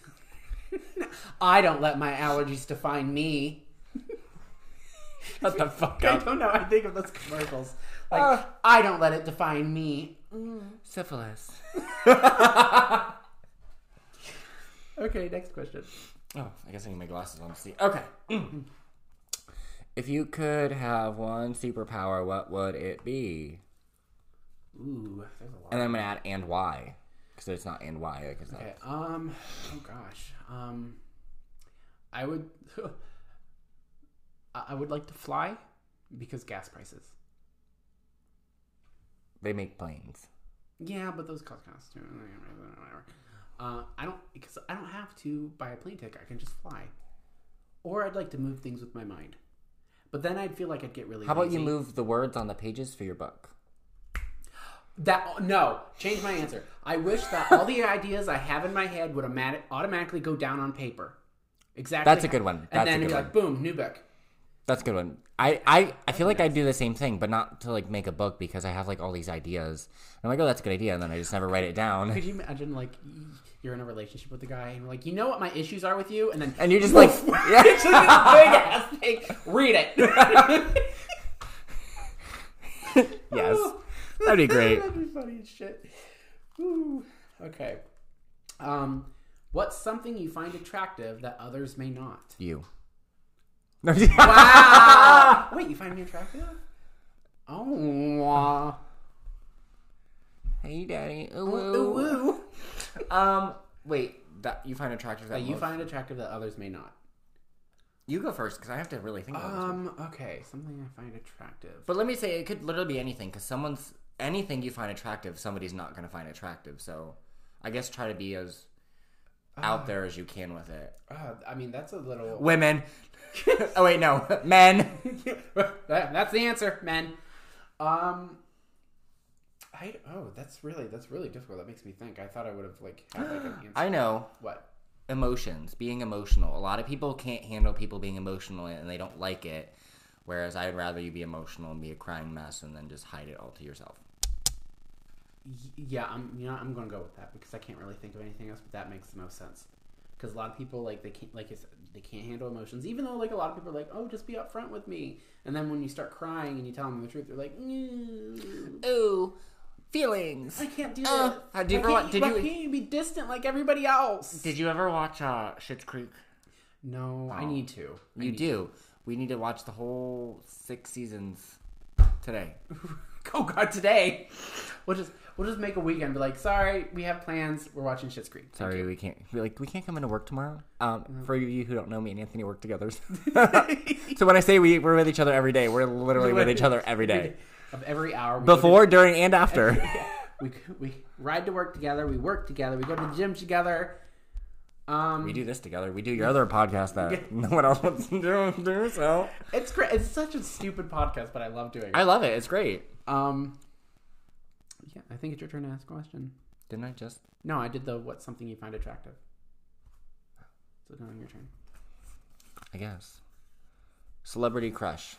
S1: I don't let my allergies define me.
S2: Shut the fuck
S1: I
S2: up.
S1: don't know. I think of those commercials. Like,
S2: Uh.
S1: I don't let it define me.
S2: Syphilis.
S1: Okay, next question.
S2: Oh, I guess I need my glasses on to see. Okay. if you could have one superpower, what would it be?
S1: Ooh, there's a lot.
S2: And I'm gonna add and why, because it's not and why. Like it's not.
S1: Okay. Um. Oh gosh. Um. I would. I I would like to fly because gas prices.
S2: They make planes.
S1: Yeah, but those cost cost too. Whatever. Uh, I don't because I don't have to buy a plane ticket. I can just fly. Or I'd like to move things with my mind, but then I'd feel like I'd get really.
S2: How about you
S1: lazy.
S2: move the words on the pages for your book?
S1: that? No, change my answer. I wish that all the ideas I have in my head would automatic, automatically go down on paper. Exactly.
S2: That's a good one.
S1: and
S2: That's a
S1: then it'd
S2: good
S1: be like, boom, new book.
S2: That's a good one. I I, I feel like I do the same thing, but not to like make a book because I have like all these ideas. And I'm like, oh, that's a good idea, and then I just never write it down.
S1: Could you imagine like y- you're in a relationship with a guy and you're like, you know what my issues are with you, and then
S2: And you're just like,
S1: It's
S2: yeah.
S1: just a big ass thing. Read it.
S2: yes, that'd be great.
S1: That'd be funny as shit. Ooh. Okay. Um, what's something you find attractive that others may not?
S2: You.
S1: Ah! Wow. Wait, you find me attractive? Oh. uh,
S2: Hey, daddy. Ooh,
S1: Woo,
S2: ooh.
S1: woo.
S2: Um, wait. That you find attractive that
S1: That you
S2: most-
S1: find attractive that others may not.
S2: You go first because I have to really think about this.
S1: Um. Okay. Something I find attractive.
S2: But let me say, it could literally be anything because someone's anything you find attractive, somebody's not going to find attractive. So, I guess try to be as out there as you can with it.
S1: Uh, I mean, that's a little.
S2: Women. oh wait, no, men.
S1: That- that's the answer, men. Um. I oh, that's really that's really difficult. That makes me think. I thought I would have like had like an answer.
S2: I know
S1: what?
S2: emotions, being emotional. A lot of people can't handle people being emotional and they don't like it. Whereas I'd rather you be emotional and be a crying mess and then just hide it all to yourself.
S1: Y- Yeah, I'm. You know, I'm gonna go with that because I can't really think of anything else. But that makes the most sense because a lot of people like they can't like it's, they can't handle emotions. Even though like a lot of people are like, oh, just be upfront with me. And then when you start crying and you tell them the truth, they're like, "Mm,
S2: Ooh, feelings.
S1: I can't do
S2: Uh,
S1: that.
S2: uh, do you
S1: Why
S2: ever wa-
S1: can't
S2: did
S1: why
S2: you-
S1: can't be distant like everybody else?
S2: Did you ever watch uh, Schitt's Creek?
S1: no, I need to. I
S2: You
S1: need-
S2: do. We need to watch the whole six seasons today.
S1: Oh God, today. We'll just we'll just make a weekend. Be like, sorry, we have plans. We're watching Shit's Creek.
S2: Sorry, we can't. We're like, we can't come into work tomorrow. Um,
S1: Mm-hmm.
S2: for you who don't know, me and Anthony work together. so when I say we, we're with each other every day, we're literally with each other every day.
S1: Of every hour we go to-
S2: Before, during, and after.
S1: we we ride to work together. We work together. We go to the gym together. Um,
S2: We do this together. We do your other podcast that no one else wants to do. do, So
S1: it's great. It's such a stupid podcast, but I love doing it.
S2: I love it. It's great.
S1: Um, yeah, I think it's your turn to ask a question.
S2: Didn't I just?
S1: No, I did the what's something you find attractive. So now your turn.
S2: I guess. Celebrity crush.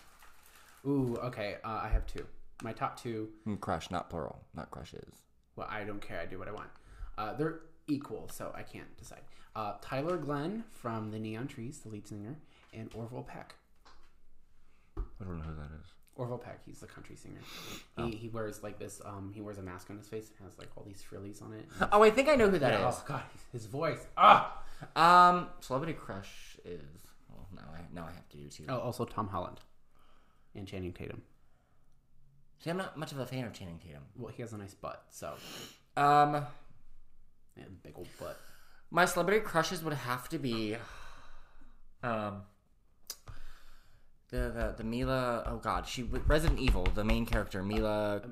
S1: Ooh, okay. Uh, I have two. My top two.
S2: Mm, Crush, not plural, not crushes.
S1: Well, I don't care. I do what I want. Uh, they're equal, so I can't decide. Uh, Tyler Glenn from the Neon Trees, the lead singer, and Orville Peck.
S2: I don't know who that is.
S1: Orville Peck, he's the country singer. He, he wears like this. Um, he wears a mask on his face and has like all these frillies on it.
S2: Oh, I think I know who that is.
S1: oh God, his voice. Ah.
S2: Um, celebrity crush is. Well, now I now I have to do two.
S1: Oh, also Tom Holland and Channing Tatum.
S2: See, I'm not much of a fan of Channing Tatum.
S1: Well, he has a nice butt, so
S2: Um,
S1: yeah, big old butt.
S2: my celebrity crushes would have to be. Um. The, the the Mila oh god she w- Resident Evil the main character Mila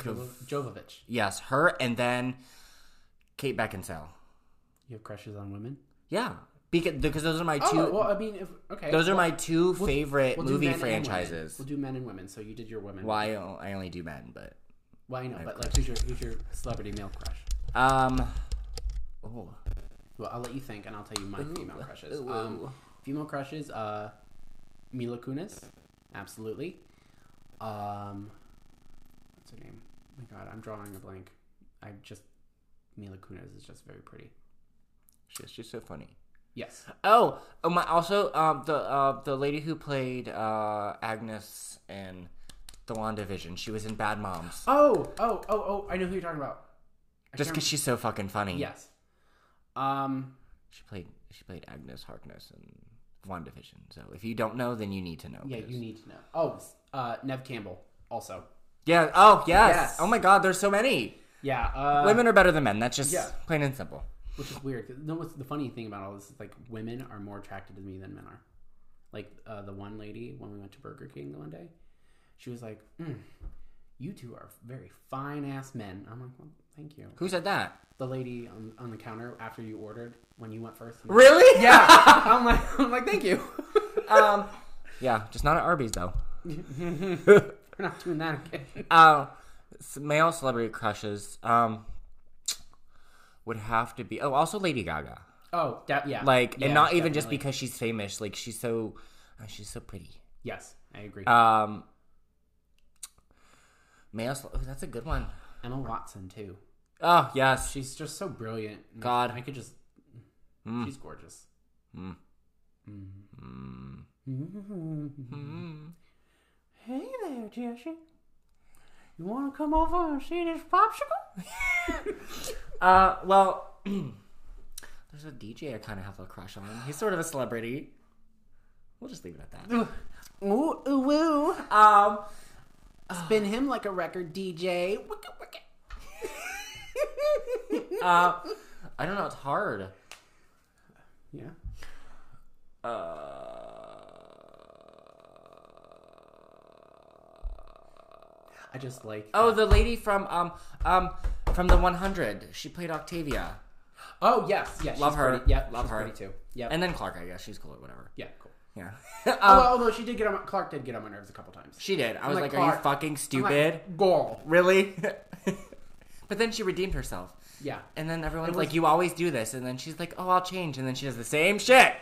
S2: Kuv-
S1: Jov- Jovovich,
S2: yes her and then Kate Beckinsale
S1: you have crushes on women?
S2: yeah because, because those are my two
S1: Oh, well, I mean, if, okay.
S2: those are my 2 favorite
S1: We'll do
S2: movie
S1: men and women.
S2: franchises
S1: We'll do men and women. So you did your women.
S2: well I, o- I only do men but
S1: Well, I know, but like, who's your who's your celebrity male crush?
S2: um oh
S1: Well, I'll let you think, and I'll tell you my female crushes.
S2: Ooh.
S1: Um, female crushes, uh, Mila Kunis, absolutely. Um, what's her name? Oh my God, I'm drawing a blank. I just Mila Kunis is just very pretty.
S2: she's just so funny
S1: Yes,
S2: Oh, oh my! Also, um, the uh, the lady who played uh, Agnes in the WandaVision, she was in Bad Moms.
S1: Oh, oh, oh, oh! I know who you're talking about. I
S2: Just
S1: can't-
S2: because she's so fucking funny.
S1: yes. Um,
S2: she played she played Agnes Harkness in WandaVision. So if you don't know, then you need to know.
S1: yeah,
S2: 'cause-
S1: you need to know. Oh, uh, Nev Campbell also.
S2: Yeah. Oh yes.
S1: Yes.
S2: Oh my God, there's so many.
S1: Yeah, uh,
S2: Women are better than men. That's just
S1: yeah.
S2: plain and simple.
S1: which is weird. 'cause- no, what's the funny thing about all this is like women are more attracted to me than men are. Like uh, the one lady when we went to Burger King the one day, she was like, mm, "You two are very fine ass men." I'm like, "Well, thank you."
S2: Who said that?
S1: The lady on, on the counter after you ordered when you went first. I'm like,
S2: Really?
S1: Yeah, I'm like, I'm like, thank you.
S2: um. Yeah. Just not at Arby's though.
S1: We're not doing that again.
S2: Uh, s- male celebrity crushes. Um. Would have to be. Oh, also Lady Gaga.
S1: Oh, that, yeah.
S2: like
S1: Yeah,
S2: and not even just
S1: definitely.
S2: because she's famous like she's so uh, she's so pretty
S1: Yes, I agree.
S2: um male cel- oh, that's a good one.
S1: Emma Watson too.
S2: Oh yes
S1: She's just so brilliant. And
S2: God.
S1: I could just.
S2: Hmm.
S1: She's gorgeous. Hmm. Mm. Hmm. Hey there, Jesse. You want to come over and see this popsicle?
S2: uh well there's a dj i kind of have a crush on he's sort of a celebrity we'll just leave it at that
S1: Ooh, ooh, woo.
S2: um
S1: Spin him like a record DJ. Wicka, wicka.
S2: Uh, I don't know. It's hard.
S1: Yeah.
S2: Uh,
S1: I just like.
S2: Oh, the lady from um um from the 100. She played Octavia.
S1: Oh yes, yes.
S2: Love
S1: she's
S2: her.
S1: Pretty. Yeah,
S2: Love
S1: she's
S2: her.
S1: pretty too. Yeah.
S2: And then Clark, I guess she's cool or whatever.
S1: yeah, cool.
S2: Yeah.
S1: Oh,
S2: um,
S1: well, although she did get on my, Clark did get on my nerves a couple times.
S2: she did. I was
S1: I'm
S2: like,
S1: like,
S2: are you
S1: Clark.
S2: fucking
S1: I'm like,
S2: stupid?
S1: Girl.
S2: Really? but then she redeemed herself.
S1: Yeah.
S2: And then everyone's
S1: was-
S2: like, you always do this. And then she's like, oh, I'll change. And then she does the same shit.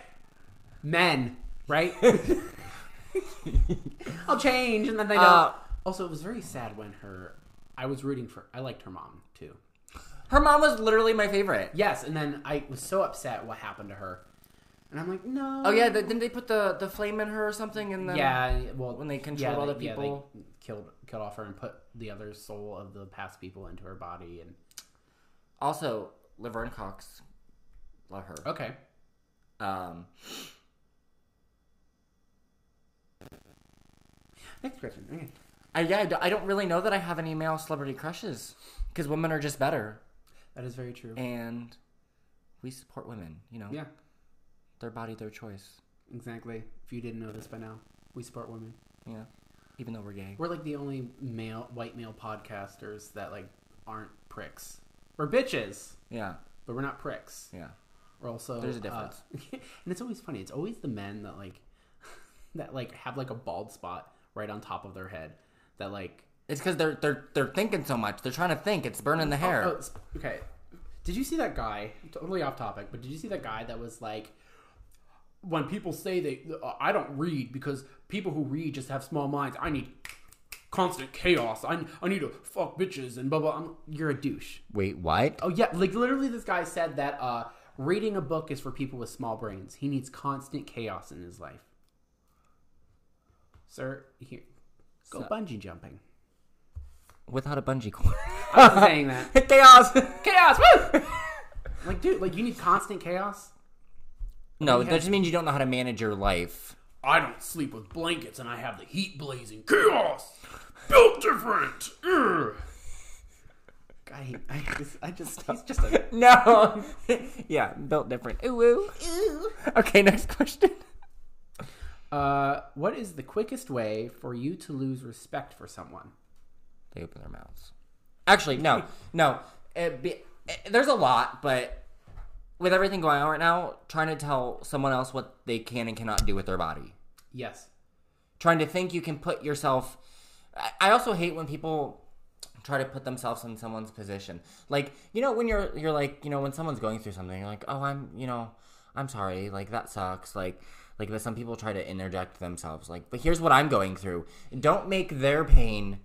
S1: Men, right? I'll change, and then they don't.
S2: Uh,
S1: also, it was very sad when her. I was rooting for. I liked her mom too.
S2: Her mom was literally my favorite.
S1: Yes, and then I was so upset what happened to her, and I'm like, no.
S2: Oh, yeah. The, didn't they put the, the flame in her or something? And then
S1: yeah. Well,
S2: When they controlled all the
S1: they- yeah,
S2: people.
S1: they killed killed off her and put the other soul of the past people into her body, and
S2: Also, Laverne Cox. Love her.
S1: okay,
S2: Um,
S1: next question. Okay.
S2: I, yeah, I d- I don't really know that I have any male celebrity crushes because women are just better
S1: That is very true.
S2: and we support women, you know,
S1: yeah,
S2: their body, their choice.
S1: exactly. If you didn't know this by now, we support women.
S2: Yeah. Even though we're gay.
S1: We're like the only male white male podcasters that like aren't pricks. We're bitches,
S2: Yeah.
S1: but we're not pricks.
S2: Yeah.
S1: We're also
S2: There's a
S1: uh,
S2: difference.
S1: and it's always funny. It's always the men that like that like have like a bald spot right on top of their head that like
S2: It's because they're they're they're thinking so much. They're trying to think. It's burning the hair.
S1: Oh, it's- okay. Did you see that guy? Totally off topic, but did you see that guy that was like, when people say they, uh, I don't read because people who read just have small minds. I need constant chaos. I, I need to fuck bitches and blah blah. I'm, you're a douche.
S2: Wait, what?
S1: Oh yeah, like literally, this guy said that uh, reading a book is for people with small brains. He needs constant chaos in his life. Sir, here, go bungee jumping.
S2: Without a bungee cord.
S1: I was saying that.
S2: Chaos.
S1: chaos. Woo! like, dude, like you need constant chaos.
S2: no, that just means you don't know how to manage your life.
S1: I don't sleep with blankets, and I have the heat blazing. Chaos, built different. Ugh. I, hate- I just, I just, he's just a.
S2: No. yeah, built different. Ooh, ooh. Okay, next question.
S1: Uh, what is the quickest way for you to lose respect for someone?
S2: They open their mouths. Actually, no, no. It be, it- there's a lot, but with everything going on right now, trying to tell someone else what they can and cannot do with their body.
S1: Yes.
S2: trying to think you can put yourself I, I also hate when people try to put themselves in someone's position like you know when you're you're like you know when someone's going through something you're like oh i'm you know i'm sorry like that sucks like like but some people try to interject themselves like but here's what i'm going through don't make their pain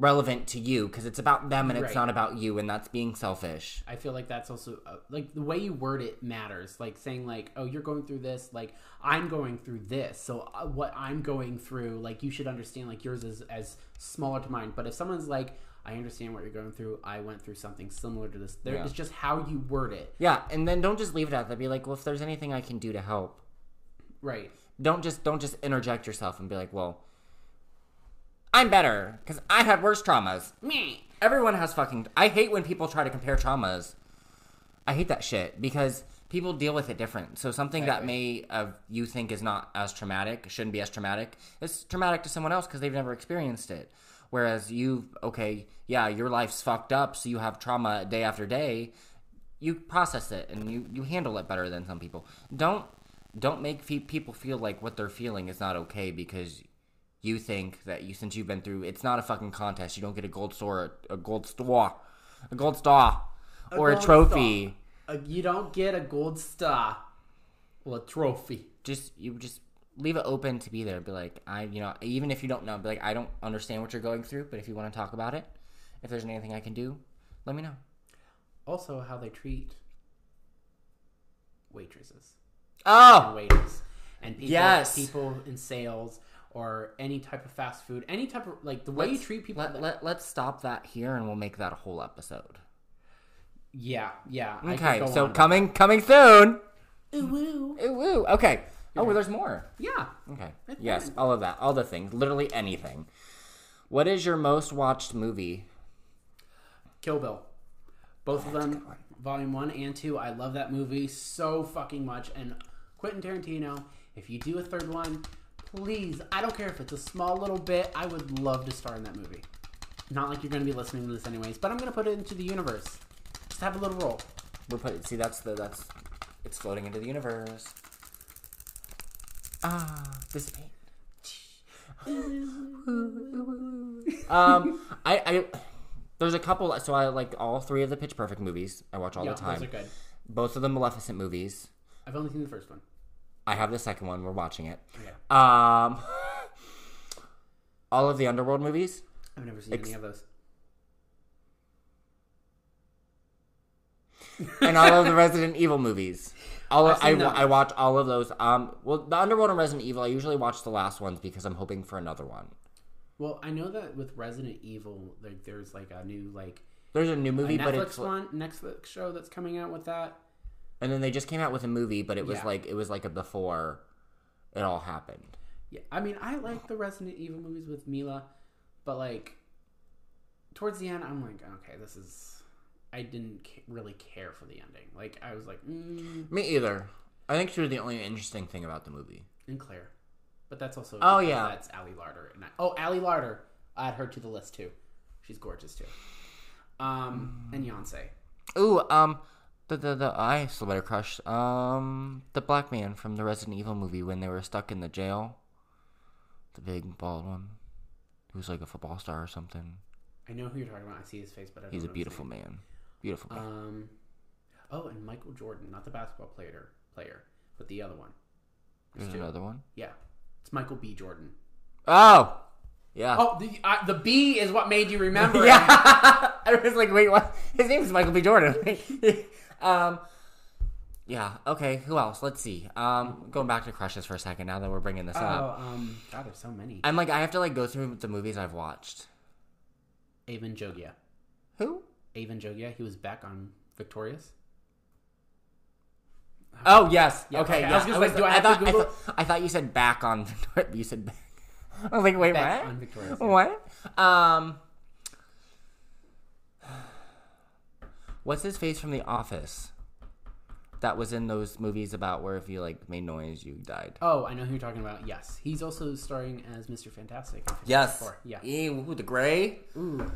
S2: relevant to you because it's about them and it's
S1: Right.
S2: not about you and that's being selfish
S1: I feel like that's also uh, like the way you word it matters. Like saying like, "Oh, you're going through this," like I'm going through this. So uh, what I'm going through, like you should understand, like yours is as smaller to mine. But if someone's like, "I understand what you're going through. I went through something similar to this," there,
S2: Yeah.
S1: it's just how you word it,
S2: yeah and then don't just leave it at that be like well if there's anything i can do to help
S1: right?
S2: don't just don't just interject yourself and be like, well, I'm better because I had worse traumas. Me. Everyone has fucking. I hate when people try to compare traumas. I hate that shit because people deal with it different. So something that may uh, you think is not as traumatic shouldn't be as traumatic. It's traumatic to someone else because they've never experienced it. Whereas you, okay, yeah, your life's fucked up, so you have trauma day after day. You process it and you you handle it better than some people. Don't don't make fe- people feel like what they're feeling is not okay because you think that you since you've been through it's not a fucking contest. You don't get a gold star, a gold star, a gold star, or a
S1: gold
S2: trophy.
S1: star. Uh, you don't get a gold star or a trophy.
S2: just you just leave it open to be there. Be like, I you know, even if you don't know, be like, I don't understand what you're going through, but if you want to talk about it, if there's anything I can do, let me know.
S1: Also, how they treat waitresses. and
S2: Oh,
S1: waiters and people,
S2: Yes.
S1: people in sales or any type of fast food, any type of like the way you treat people.
S2: Let, let let's stop that here, and we'll make that a whole episode.
S1: yeah, yeah. I could
S2: Okay,
S1: go
S2: so
S1: on.
S2: coming coming soon.
S1: Ooh, woo.
S2: Ooh, woo. Okay. Oh, well, there's more.
S1: yeah.
S2: Okay. Yes, all of that, all the things, literally anything. What is your most watched movie?
S1: Kill Bill. Both of
S2: that's a
S1: them,
S2: good one.
S1: Volume 1 and 2. I love that movie so fucking much. And Quentin Tarantino, if you do a third one, please, I don't care if it's a small little bit, I would love to star in that movie. Not like you're going to be listening to this anyways, but I'm going to put it into the universe. Just have a little roll.
S2: We're putting. See, that's the that's it's floating into the universe. Ah, this pain. um, I, I there's a couple. So I like all three of the Pitch Perfect movies. I watch all
S1: Yeah,
S2: the time.
S1: those are good.
S2: Both of the Maleficent movies.
S1: I've only seen the first one.
S2: I have the second one. We're watching it.
S1: Okay.
S2: Um, all of the Underworld movies.
S1: I've never seen any of those.
S2: and all of the Resident Evil movies. All of,
S1: I've
S2: I,
S1: seen those.
S2: I watch all of those. Um, well, the Underworld and Resident Evil. I usually watch the last ones because I'm hoping for another one.
S1: Well, I know that with Resident Evil, like there's like a new like
S2: There's a new movie, but
S1: Netflix
S2: it's
S1: one, Netflix show that's coming out with that.
S2: and then they just came out with a movie, but it was
S1: Yeah.
S2: like it was like a before it all happened.
S1: Yeah, I mean, I like the Resident Evil movies with Mila, but like towards the end, I'm like, okay, this is. I didn't ca- really care for the ending. Like I was like, mm,
S2: Me either. I think she was the only interesting thing about the movie.
S1: and Claire, but that's also
S2: Oh, yeah.
S1: that's Allie Larder. And I, oh, Allie Larder, add her to the list too. She's gorgeous too. Um, and Yonsei.
S2: Ooh, um, the the the I still better crush. Um, the black man from the Resident Evil movie when they were stuck in the jail, the big bald one, who's like a football star or something.
S1: I know who you're talking about. I see his face, but I don't
S2: He's a
S1: know his
S2: beautiful
S1: name.
S2: man. Beautiful man.
S1: Um, oh, and Michael Jordan, not the basketball player, player, but the other one. There's
S2: There's
S1: two.
S2: another one.
S1: Yeah, it's Michael B. Jordan.
S2: Oh, yeah.
S1: Oh, the uh, the B is what made you remember.
S2: yeah.
S1: it.
S2: I was like, wait, what? His name is Michael B. Jordan. um, yeah. Okay. Who else? Let's see. Um, going back to crushes for a second. Now that we're bringing this up,
S1: Oh, um, God, there's so many.
S2: I'm like, I have to like go through the movies I've watched.
S1: Avon Jogia.
S2: Who?
S1: Avon Jogia. He was back on Victorious.
S2: Oh yes.
S1: Yeah,
S2: okay.
S1: okay, I
S2: yeah.
S1: was just like, do I have to
S2: thought,
S1: Google-
S2: I, thought, I thought you said back on. you said back. I was like, wait,
S1: Back
S2: what?
S1: on Victorious. yeah.
S2: What? Um. What's his face from The Office? That was in those movies about where if you like made noise, you died.
S1: Oh, I know who you're talking about. Yes, he's also starring as Mr. Fantastic. in
S2: Yes.
S1: Four, yeah.
S2: Ooh, the gray.
S1: Ooh,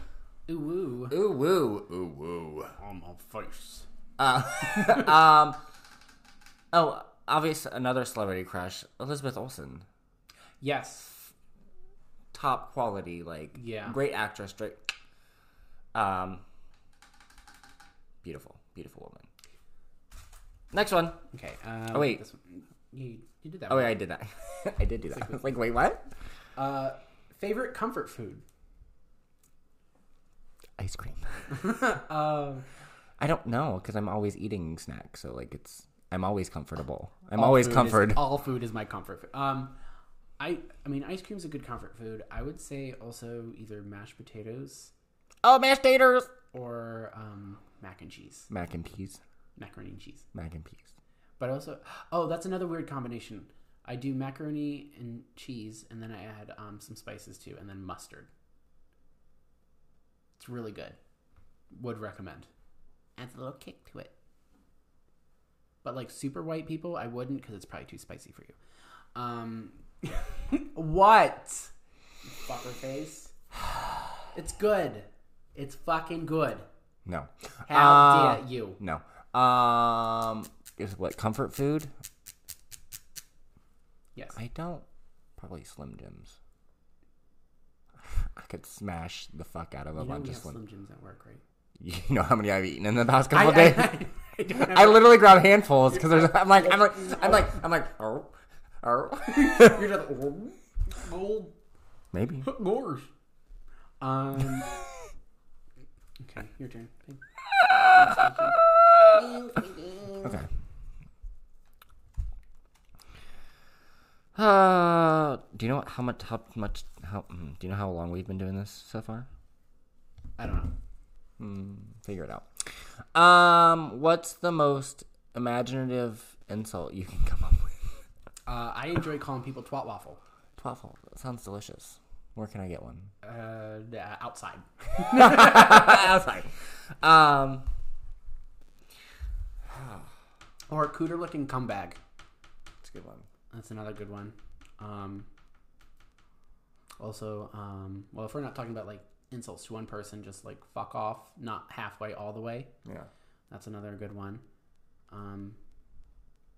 S1: ooh, ooh.
S2: Ooh woo. Ooh woo.
S1: On my face.
S2: Uh, um. Oh, obvious another celebrity crush, Elizabeth Olsen.
S1: Yes.
S2: Top quality, like
S1: Yeah.
S2: great actress, great. Um. Beautiful, beautiful woman. Next one.
S1: Okay. Um,
S2: Oh, wait.
S1: This one. You, you did that.
S2: Oh
S1: one.
S2: wait, I did that. I did do that. I was like, wait, what?
S1: Uh, favorite comfort food?
S2: Ice cream.
S1: Um,
S2: I don't know because I'm always eating snacks, so like it's I'm always comfortable. I'm
S1: all
S2: always
S1: food is-
S2: comfort.
S1: all food is my comfort food. Um, I I mean, ice cream's a good comfort food. I would say also either mashed potatoes
S2: oh, mashed taters.
S1: or um, mac and cheese,
S2: Mac and peas.
S1: macaroni and cheese.
S2: Mac and peas.
S1: But also, oh, that's another weird combination. I do macaroni and cheese, and then I add um, some spices too, and then mustard. It's really good. Would recommend. Adds a little kick to it. But like super white people, I wouldn't because it's probably too spicy for you. Um, what? Fucker face. It's good. It's fucking good.
S2: No.
S1: How
S2: Uh,
S1: dare you?
S2: No. Um, is what comfort food?
S1: Yes.
S2: I don't. Probably Slim Jims. I could smash the fuck out of a
S1: you know
S2: bunch
S1: we
S2: of
S1: have
S2: Slim.
S1: Slim Jims at work, right?
S2: You know how many I've eaten in the past
S1: I,
S2: couple
S1: I-
S2: days.
S1: I- I don't have
S2: I literally grab handfuls because there's. I'm like, I'm like, I'm like, I'm like, oh, oh.
S1: You're just like, "Oh, gold
S2: Maybe.
S1: gores. Um. okay, your turn.
S2: Okay. Uh, do you know what, how much, how much, how, mm, do you know how long we've been doing this so far?
S1: I don't know.
S2: Figure it out. Um, what's the most imaginative insult you can come up with?
S1: Uh, I enjoy calling people twat waffle.
S2: Twaffle. That sounds delicious. Where can I get one?
S1: Uh, yeah, outside.
S2: Outside. Um,
S1: Or cooter looking cum bag.
S2: it's a good one.
S1: That's another good one. Um, also, um, well, if we're not talking about like insults to one person, just like fuck off, not halfway, all the way.
S2: Yeah.
S1: That's another good one. Um,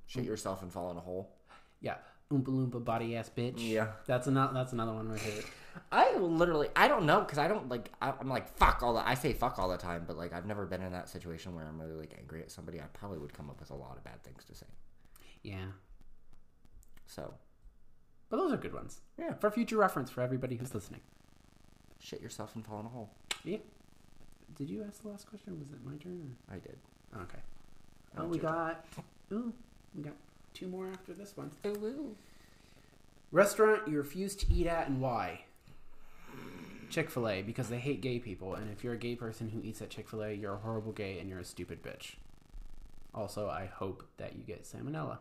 S2: Shit yourself and fall in a hole.
S1: yeah, oompa loompa body ass bitch.
S2: Yeah.
S1: that's another that's another one right here.
S2: I literally, I don't know because I don't like. I, I'm like fuck all the. I say fuck all the time, but like I've never been in that situation where I'm really like angry at somebody. I probably would come up with a lot of bad things to say.
S1: Yeah,
S2: So
S1: but those are good ones
S2: yeah,
S1: for future reference for everybody who's listening.
S2: shit yourself and fall in a hole.
S1: Yeah. Did you ask the last question? Was it my turn?
S2: I did.
S1: Or... Okay.
S2: Now
S1: Oh,
S2: it's
S1: we
S2: your turn.
S1: got. Ooh, we got two more after this one.
S2: Ooh, ooh.
S1: Restaurant you refuse to eat at and why? Chick fil A, because they hate gay people, and if you're a gay person who eats at Chick fil A, you're a horrible gay and you're a stupid bitch. Also, I hope that you get salmonella.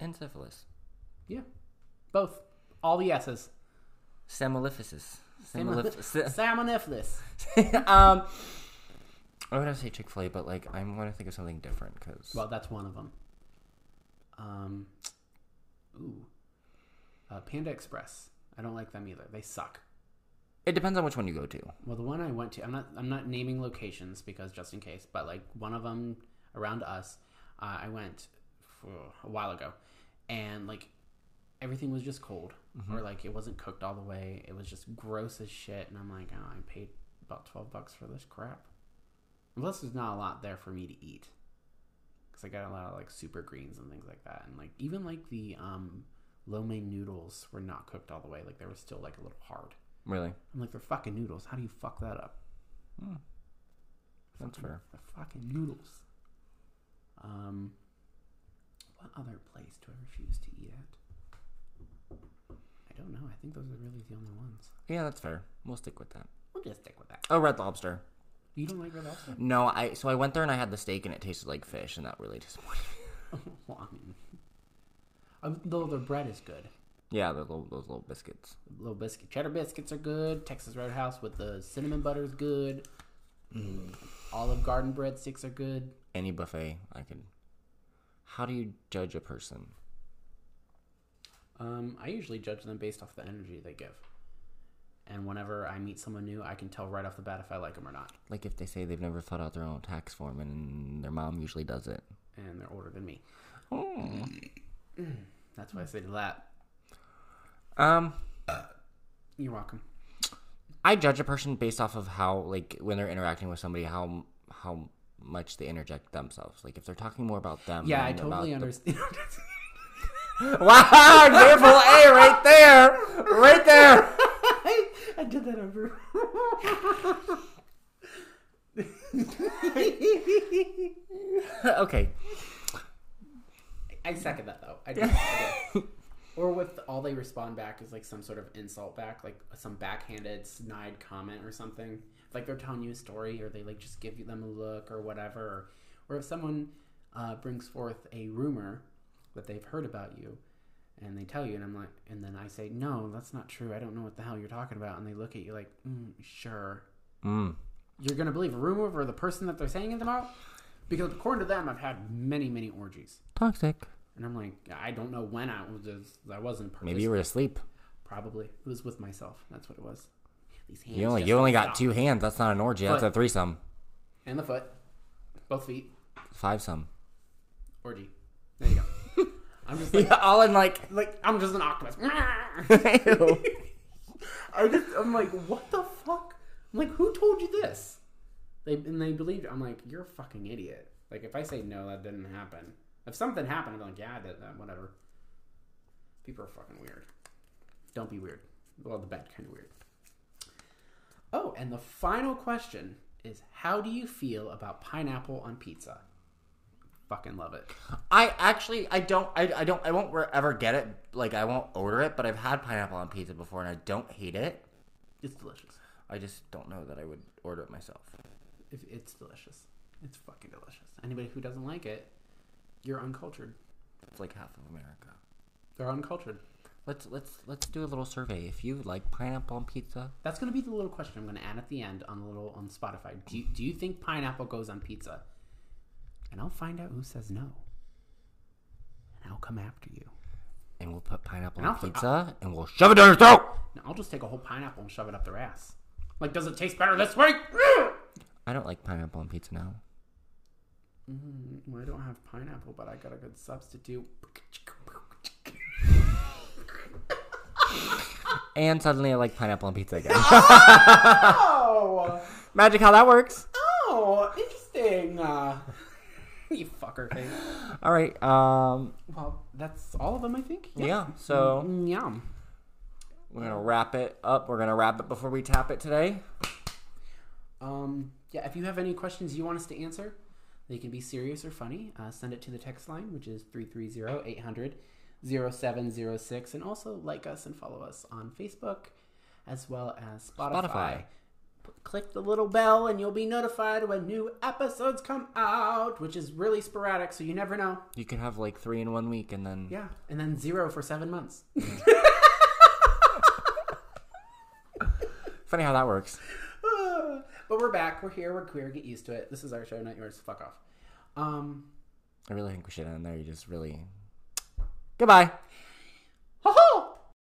S2: And syphilis.
S1: Yeah. Both. All the S's.
S2: Samolificis. Samolif-
S1: Salmoniflis.
S2: um, I would have to say Chick Fil A, but like I'm gonna think of something different because
S1: Well, that's one of them. Um, ooh. Uh, Panda Express. I don't like them either. They suck.
S2: it depends on which one you go to.
S1: Well, the one I went to, I'm not, I'm not naming locations because just in case, but like one of them around us, uh, I went for a while ago, and like everything was just cold, or like it wasn't cooked all the way. It was just gross as shit, and I'm like, oh, I paid about twelve bucks for this crap. Plus, there's not a lot there for me to eat, because I got a lot of like super greens and things like that, and like even like the um, lo mein noodles were not cooked all the way. Like they were still like a little hard.
S2: Really,
S1: I'm like, they're fucking noodles. How do you fuck that up?
S2: Hmm. that's fair.
S1: They're fucking noodles. Um, what other place do I refuse to eat at? I don't know. I think those are really the only ones.
S2: Yeah, that's fair. We'll stick with that.
S1: We'll just stick with that.
S2: Oh, Red Lobster.
S1: You don't like Red Lobster?
S2: No, I so I went there and I had the steak and it tasted like fish and that really disappointed. me.
S1: Oh, well, I mean, um, though their bread is good.
S2: yeah, the little, those little biscuits.
S1: Little biscuit, cheddar biscuits are good. Texas Roadhouse with the cinnamon butter is good.
S2: Mm.
S1: Olive Garden breadsticks are good.
S2: Any buffet I could. How do you judge a person?
S1: Um, I usually judge them based off the energy they give. And whenever I meet someone new, I can tell right off the bat if I like them or not.
S2: Like if they say they've never filled out their own tax form and their mom usually does it.
S1: And they're older than me.
S2: Oh.
S1: That's why I say that.
S2: Um,
S1: You're welcome.
S2: I judge a person based off of how, like, when they're interacting with somebody, how how much they interject themselves. Like, if they're talking more about them,
S1: Yeah, I
S2: than
S1: totally
S2: about
S1: understand.
S2: The... Wow, example A, right there, right there.
S1: I, I did that over.
S2: okay,
S1: I second that though. I do. I do. Or with all they respond back is like some sort of insult back, like some backhanded snide comment or something. Like they're telling you a story, or they like just give you them a look or whatever. Or, or if someone uh, brings forth a rumor that they've heard about you, and they tell you, and I'm like, and then I say, no, that's not true. I don't know what the hell you're talking about. And they look at you like, mm, sure.
S2: mm.
S1: You're gonna believe a rumor over the person that they're saying it about? Because according to them, I've had many, many orgies.
S2: toxic.
S1: And I'm like, I don't know when I was. I wasn't. Purpose.
S2: Maybe you were asleep.
S1: probably it was with myself. That's what it was. These hands.
S2: You only
S1: just
S2: you only
S1: don't
S2: got
S1: stop.
S2: two hands. That's not an orgy. That's
S1: Foot.
S2: a threesome,
S1: And the foot, both feet,
S2: five some.
S1: orgy. There you go. I'm just like,
S2: Yeah, all in like.
S1: like I'm just an octopus.
S2: Ew.
S1: I just, I'm like, what the fuck? I'm like, who told you this? They and they believed. it. I'm like, you're a fucking idiot. Like, if I say no, that didn't happen. If something happened, I'm like, yeah, I did that. Whatever. People are fucking weird. Don't be weird. Well, the bad kind of weird. Oh, and the final question is, how do you feel about pineapple on pizza? Fucking love it.
S2: I actually I don't I, I don't I won't re- ever get it. Like I won't order it, but I've had pineapple on pizza before, and I don't hate it.
S1: It's delicious.
S2: I just don't know that I would order it myself.
S1: If- It's delicious. It's fucking delicious. Anybody who doesn't like it, you're uncultured.
S2: It's like half of America.
S1: They're uncultured.
S2: Let's let's let's do a little survey. If you like pineapple on pizza,
S1: That's going to be the little question I'm going to add at the end on the little on Spotify. Do you, do you think pineapple goes on pizza? And I'll find out who says no. And I'll come after you.
S2: and we'll put pineapple on
S1: I'll-
S2: pizza, and we'll shove it down your throat.
S1: No, I'll just take a whole pineapple and shove it up their ass. Like, does it taste better this way?
S2: I don't like pineapple on pizza now.
S1: Mm, I don't have pineapple, but I got a good substitute.
S2: And suddenly I like pineapple on pizza again.
S1: Oh,
S2: Magic how that works.
S1: oh, interesting. Uh, you fucker thing.
S2: All right. Um.
S1: Well, that's all of them, I think.
S2: Yeah. So
S1: Mm, Yum.
S2: we're gonna wrap it up. We're gonna wrap it before we tap it today.
S1: Um, yeah, if you have any questions you want us to answer, they can be serious or funny. Uh, send it to the text line, which is 330 800 0706. And also like us and follow us on Facebook as well as Spotify.
S2: Spotify.
S1: P- Click the little bell and you'll be notified when new episodes come out, which is really sporadic, so you never know.
S2: You can have like three in one week, and then
S1: Yeah, and then zero for seven months.
S2: funny how that works.
S1: but we're back. We're here. We're queer. Get used to it. This is our show, not yours. Fuck off. Um,
S2: I really think we should end there. You just really. Goodbye.